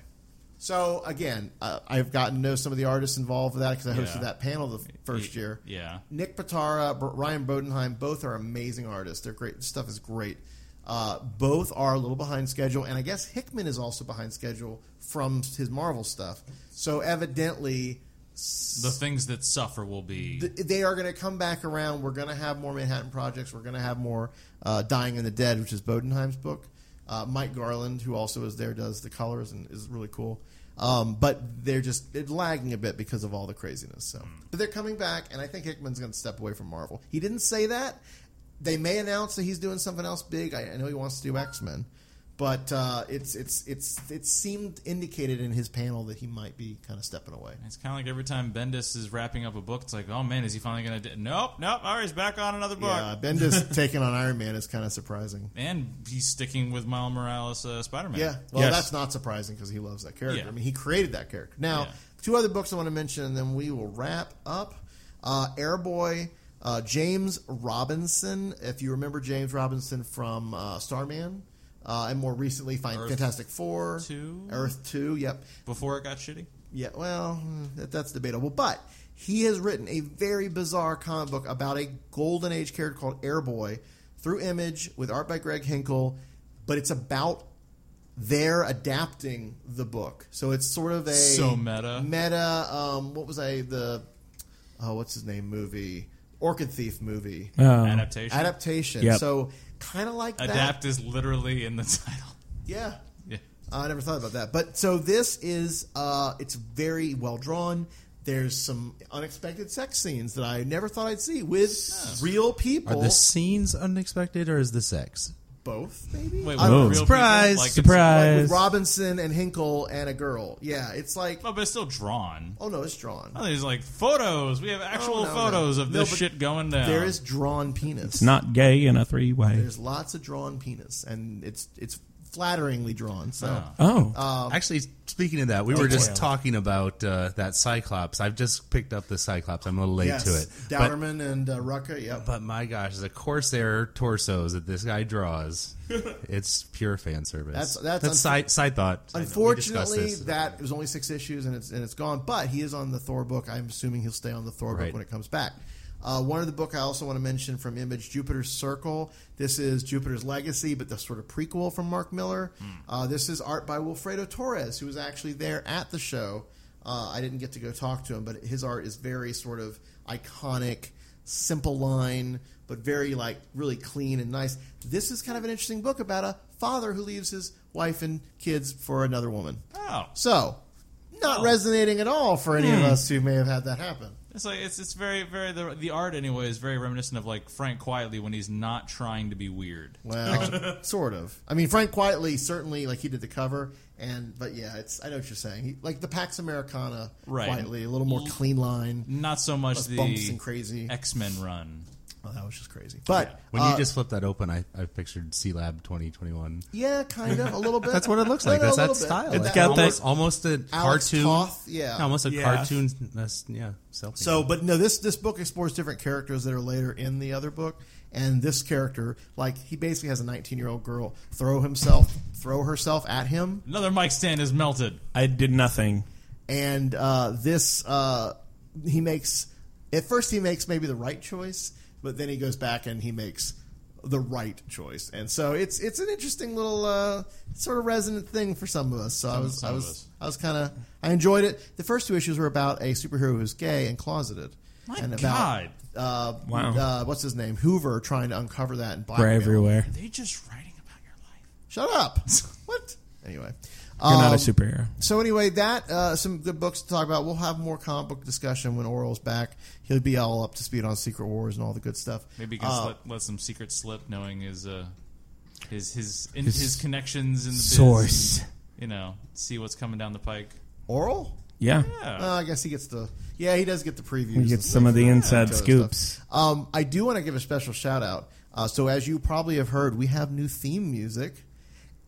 S1: So again, uh, I've gotten to know some of the artists involved with that because I hosted
S11: Yeah.
S1: that panel the first
S11: Y-
S1: year.
S11: yeah.
S1: Nick Patara, B- Ryan Bodenheim, both are amazing artists. Their great stuff is great. Uh, both are a little behind schedule, and I guess Hickman is also behind schedule from his Marvel stuff. So evidently,
S11: The things that suffer will be
S1: th- they are going to come back around. We're going to have more Manhattan Projects. We're going to have more uh, Dying in the Dead, which is Bodenheim's book. Uh, Mike Garland, who also is there, does the colors and is really cool. Um, but they're just they're lagging a bit because of all the craziness. So, but they're coming back, and I think Hickman's going to step away from Marvel. He didn't say that. They may announce that he's doing something else big. I, I know he wants to do X Men, but uh, it's it's it's it seemed indicated in his panel that he might be kind of stepping away.
S11: It's kind of like every time Bendis is wrapping up a book, it's like, oh man, is he finally gonna? Di- nope, nope. All right, he's back on another book.
S1: Yeah, Bendis taking on Iron Man is kind of surprising.
S11: and he's sticking with Miles Morales uh, Spider Man.
S1: Yeah, well, that's not surprising because he loves that character.
S11: Yeah.
S1: I mean, he created that character. Now,
S11: Yeah.
S1: two other books I want to mention, and then we will wrap up. Uh, Airboy, uh, James Robinson. If you remember James Robinson from uh, Starman, uh, and more recently, find
S11: Earth
S1: Fantastic Four,
S11: Two?
S1: Earth Two. Yep.
S11: before it got shitty.
S1: Yeah, well, mm, that, that's debatable. But he has written a very bizarre comic book about a golden age character called Airboy through Image with art by Greg Hinkle, but it's about they're adapting the book. So it's sort of a
S11: So meta.
S1: Meta. Um, what was I the? Oh, what's his name? Movie Orchid Thief movie
S3: Oh.
S2: Uh,
S11: Adaptation.
S1: Adaptation.
S3: Yep.
S1: So kind of like that.
S11: Adapt is literally in the title.
S1: Yeah. Uh,
S11: Yeah.
S1: I never thought about that. But so this is uh it's very well drawn. There's some unexpected sex scenes that I never thought I'd see with real
S4: Are
S1: people.
S4: the scenes unexpected or is the sex?
S1: both maybe?
S4: Wait,
S1: I don't
S4: with
S1: know.
S4: real Surprise! people? Like, it's- Surprise!
S1: Like with Robinson and Hinkle and a girl. Yeah, it's like
S11: Oh, but it's still drawn.
S1: Oh no, it's drawn.
S11: Oh, there's like photos. We have actual
S1: Oh, No, no,
S11: photos
S1: no.
S11: of
S1: No,
S11: this
S1: but
S11: shit going down.
S1: There is drawn penis.
S3: It's not gay in a three way.
S1: There's lots of drawn penis, and it's it's flatteringly drawn. So,
S3: Oh.
S1: um,
S4: actually, speaking of that, we were
S1: detail.
S4: just talking about uh, that Cyclops. I've just picked up the Cyclops. I'm a little late
S1: yes,
S4: to it. But-
S1: Dowerman and uh, Rucka. Yep.
S4: But my gosh, the Corsair torsos that this guy draws, it's pure fan service.
S1: That's that's, unfor-
S4: side, side thought. I know, we discussed
S1: Unfortunately,
S4: this.
S1: that it was only six issues and it's and it's gone. But he is on the Thor book. I'm assuming he'll stay on the Thor book
S4: Right.
S1: when it comes back. Uh, one of the book I also want to mention from Image, Jupiter's Circle. This is Jupiter's Legacy, but the sort of prequel from Mark Miller. Uh, this is art by Wilfredo Torres, who was actually there at the show. Uh, I didn't get to go talk to him, but his art is very sort of iconic, simple line, but very like really clean and nice. This is kind of an interesting book about a father who leaves his wife and kids for another woman.
S2: Oh.
S1: So, not resonating at all for any of
S2: Hmm.
S1: us who may have had that happen.
S2: It's like it's it's very very the, the art anyway is very reminiscent of like Frank Quietly when he's not trying to be weird.
S1: Well, sort of. I mean, Frank Quietly certainly like he did the cover, and but yeah, it's I know what you're saying. He, like the Pax Americana,
S2: Right.
S1: Quietly a little more
S2: L-
S1: clean line,
S2: not so much
S1: less
S2: the
S1: bumps and crazy
S2: X Men run.
S1: Well, that was just crazy. But
S4: when
S1: uh,
S4: you just flip that open, I, I pictured C Lab 2021.
S1: yeah, kind of a little bit.
S4: That's what it looks
S1: No,
S4: like.
S1: no,
S4: That's
S1: a
S4: that
S1: little bit.
S4: style.
S1: It's
S4: It's
S1: got
S4: almost,
S1: that-
S4: almost a
S1: Alex
S4: cartoon.
S1: Toth, yeah.
S4: almost a
S1: Yeah.
S4: cartoon. That's, yeah, selfie.
S1: So, but no, this this book explores different characters that are later in the other book, and this character, like he basically has a 19 year old girl throw himself, throw herself at him,
S2: Another mic stand is melted.
S3: I did nothing.
S1: and uh, this uh, he makes. At first, he makes maybe the right choice, but then he goes back and he makes the right choice, and so it's it's an interesting little uh, sort of resonant thing for some of us. So I
S2: Some-
S1: was
S2: some
S1: I
S2: of
S1: was
S2: us.
S1: I was kind of I enjoyed it. The first two issues were about a superhero who's gay and closeted,
S2: My
S1: and
S2: God.
S1: uh,
S3: Wow.
S1: uh, what's his name? Hoover trying to uncover that and
S3: We're
S1: blackmail.
S3: everywhere.
S2: They just writing about
S1: Shut up. what? Anyway,
S3: You're not
S1: um,
S3: a superhero.
S1: So anyway, that uh, some good books to talk about. We'll have more comic book discussion when Oral's back. He'll be all up to speed on Secret Wars and all the good stuff.
S2: maybe he can
S1: Uh,
S2: slip, let some secret slip, knowing his uh his his in, his,
S3: His
S2: connections in the biz.
S3: source.
S2: You know, see what's coming down the pike.
S1: Oral.
S3: Yeah.
S1: Uh, I guess he gets the. Yeah, he does get the previews.
S3: He gets
S1: and
S3: some
S1: stuff.
S3: of the
S1: Yeah,
S3: inside
S1: other
S3: scoops.
S1: stuff. Um, I do want to give a special shout out. Uh, so as you probably have heard, we have new theme music,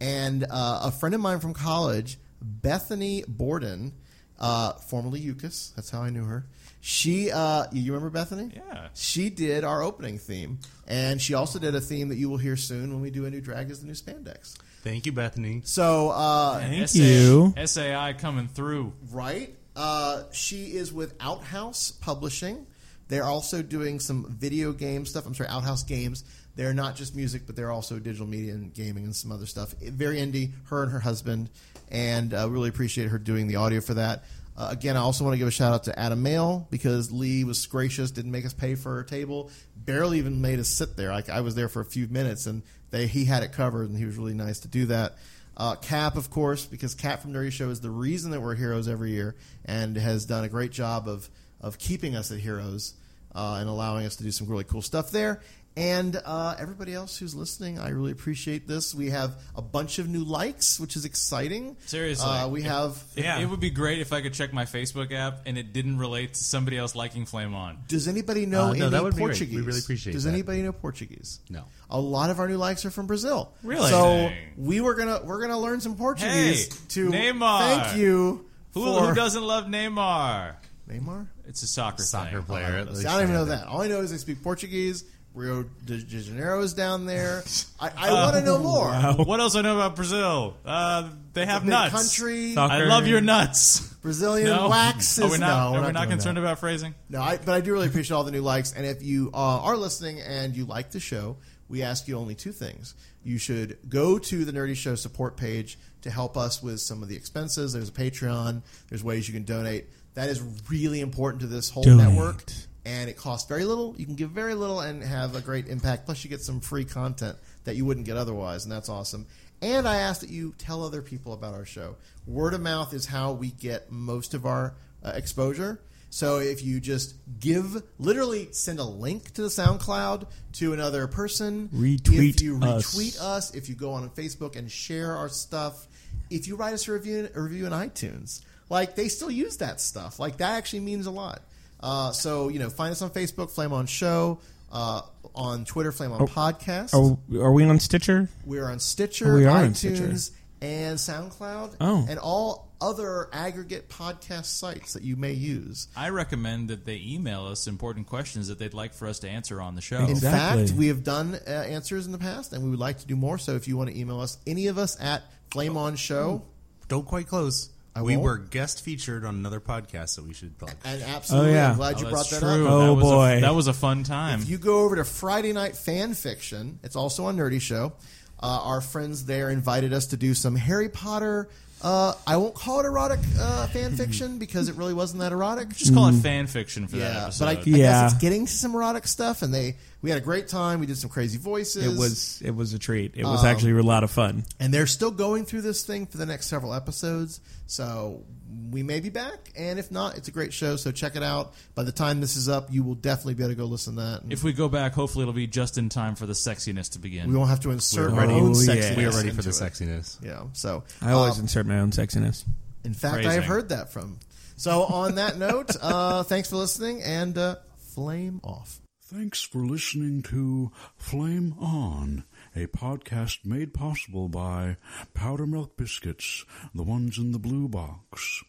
S1: and uh, a friend of mine from college, Bethany Borden, uh, formerly Yukis. That's how I knew her. She, uh, you remember Bethany?
S2: Yeah.
S1: She did our opening theme, and she also did a theme that you will hear soon when we do a new drag is the new spandex.
S4: Thank you, Bethany.
S1: So uh,
S2: SA SAI coming through.
S1: Right. Uh, she is with Outhouse Publishing. They're also doing some video game stuff. I'm sorry, Outhouse Games. They're not just music, but they're also digital media and gaming and some other stuff. Very indie, her and her husband. And uh, really appreciate her doing the audio for that. Uh, again, I also want to give a shout out to Adam Mail because Lee was gracious, didn't make us pay for her table, barely even made us sit there. Like I was there for a few minutes, and they he had it covered, and he was really nice to do that. Uh, Cap, of course, because Cap from Nerdy Show is the reason that we're heroes every year, and has done a great job of of keeping us at heroes uh, and allowing us to do some really cool stuff there. And uh, everybody else who's listening, I really appreciate this. We have a bunch of new likes, which is exciting.
S2: Seriously,
S1: uh, we
S2: If-
S1: have.
S2: if- It would be great if I could check my Facebook app and it didn't relate to somebody else liking Flame On.
S1: Does anybody know
S2: Uh, no,
S1: any
S2: that would be great.
S1: Portuguese?
S2: We really appreciate
S1: Does
S2: that.
S1: anybody know Portuguese?
S4: No.
S1: A lot of our new likes are from Brazil.
S2: Really?
S1: So
S2: Dang.
S1: we were gonna we're gonna learn some Portuguese
S2: Hey,
S1: to
S2: Neymar.
S1: thank you.
S2: Who,
S1: for,
S2: who doesn't love Neymar?
S1: Neymar?
S2: It's a soccer soccer
S4: player.
S1: Oh, I don't even know that. All I know is they speak Portuguese. Rio de Janeiro is down there. I, I want to
S2: Oh,
S1: know more.
S2: What else I know about Brazil? Uh, they have
S1: big
S2: nuts.
S1: country.
S2: I
S1: Soccer.
S2: love your nuts.
S1: Brazilian
S2: No.
S1: waxes.
S2: Are we
S1: no,
S2: not-
S1: we're
S2: are we not
S1: doing
S2: concerned
S1: that.
S2: about phrasing?
S1: No, I, but I do really appreciate all the new likes. And if you uh, are listening and you like the show, we ask you only two things. You should go to the Nerdy Show support page to help us with some of the expenses. There's a Patreon. There's ways you can donate. That is really important to this whole
S3: Donate.
S1: network, and it costs very little. You can give very little and have a great impact. Plus, you get some free content that you wouldn't get otherwise, and that's awesome. And I ask that you tell other people about our show. Word of mouth is how we get most of our uh, exposure. So if you just give, literally send a link to the SoundCloud to another person,
S3: Retweet
S1: if you
S3: us.
S1: retweet us, if you go on Facebook and share our stuff, if you write us a review, a review in iTunes, like they still use that stuff. Like that actually means a lot. Uh, so you know, find us on Facebook, Flame On Show. Uh, uh, on Twitter Flame on
S3: Oh,
S1: podcast.
S3: Are, are we on Stitcher?
S1: We're on Stitcher,
S3: We are on
S1: iTunes,
S3: Stitcher.
S1: and SoundCloud,
S3: Oh.
S1: and all other aggregate podcast sites that you may use.
S2: I recommend that they email us important questions that they'd like for us to answer on the show.
S1: In fact, we have done uh, answers in the past, and we would like to do more. So if you want to email us, any of us at Flame On Show.
S3: Hmm.
S4: Don't quite close.
S1: I
S4: we
S1: won't.
S4: were guest featured on another podcast that we should plug.
S1: And absolutely,
S2: Oh, yeah.
S1: I'm glad you
S2: Oh,
S1: brought
S2: that's
S1: that
S2: true.
S1: up.
S2: Oh, That was a- boy. that was a fun time.
S1: If you go over to Friday Night Fan Fiction, it's also on Nerdy Show. Uh, our friends there invited us to do some Harry Potter. Uh, I won't call it erotic uh, fan fiction because it really wasn't that erotic.
S2: Just call it fan fiction for that
S1: yeah,
S2: episode.
S1: but I, I
S3: Yeah.
S1: guess it's getting to some erotic stuff, and they we had a great time. We did some crazy voices.
S3: It was it was a treat. It was
S1: Um,
S3: actually a lot of fun.
S1: and they're still going through this thing for the next several episodes. So we may be back, and if not, it's a great show. So check it out. By the time this is up, you will definitely be able to go listen to that. And
S2: if we go back, hopefully it'll be just in time for the sexiness to begin.
S1: We won't have to insert
S2: We're
S1: our
S2: ready.
S1: own
S2: Oh, yeah.
S1: sexiness.
S2: We are ready for
S1: into
S2: the
S1: it.
S4: sexiness.
S1: Yeah. So um,
S3: I always insert my own sexiness.
S1: in fact, I
S3: Phrasing.
S1: have heard that from. So on that note, uh, thanks for listening, and uh, flame off.
S9: Thanks for listening to Flame On, a podcast made possible by Powder Milk Biscuits, the ones in the blue box,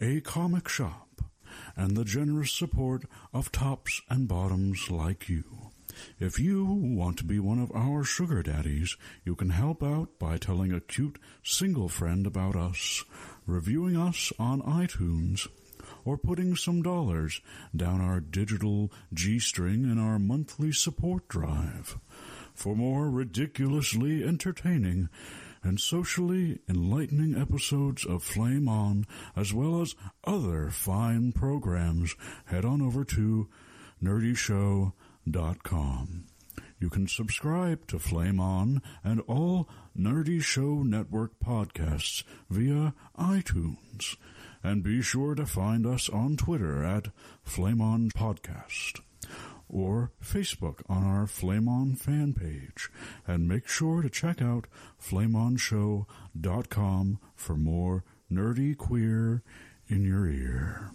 S9: a comic shop, and the generous support of tops and bottoms like you. If you want to be one of our sugar daddies, you can help out by telling a cute single friend about us, reviewing us on iTunes, or putting some dollars down our digital G string in our monthly support drive. For more ridiculously entertaining and socially enlightening episodes of Flame On, as well as other fine programs, head on over to nerdyshow.com. You can subscribe to Flame On and all Nerdy Show Network podcasts via iTunes. And be sure to find us on Twitter at Flame On Podcast Uh, or Facebook on our Flame On fan page. And make sure to check out flameonshow.com for more nerdy queer in your ear.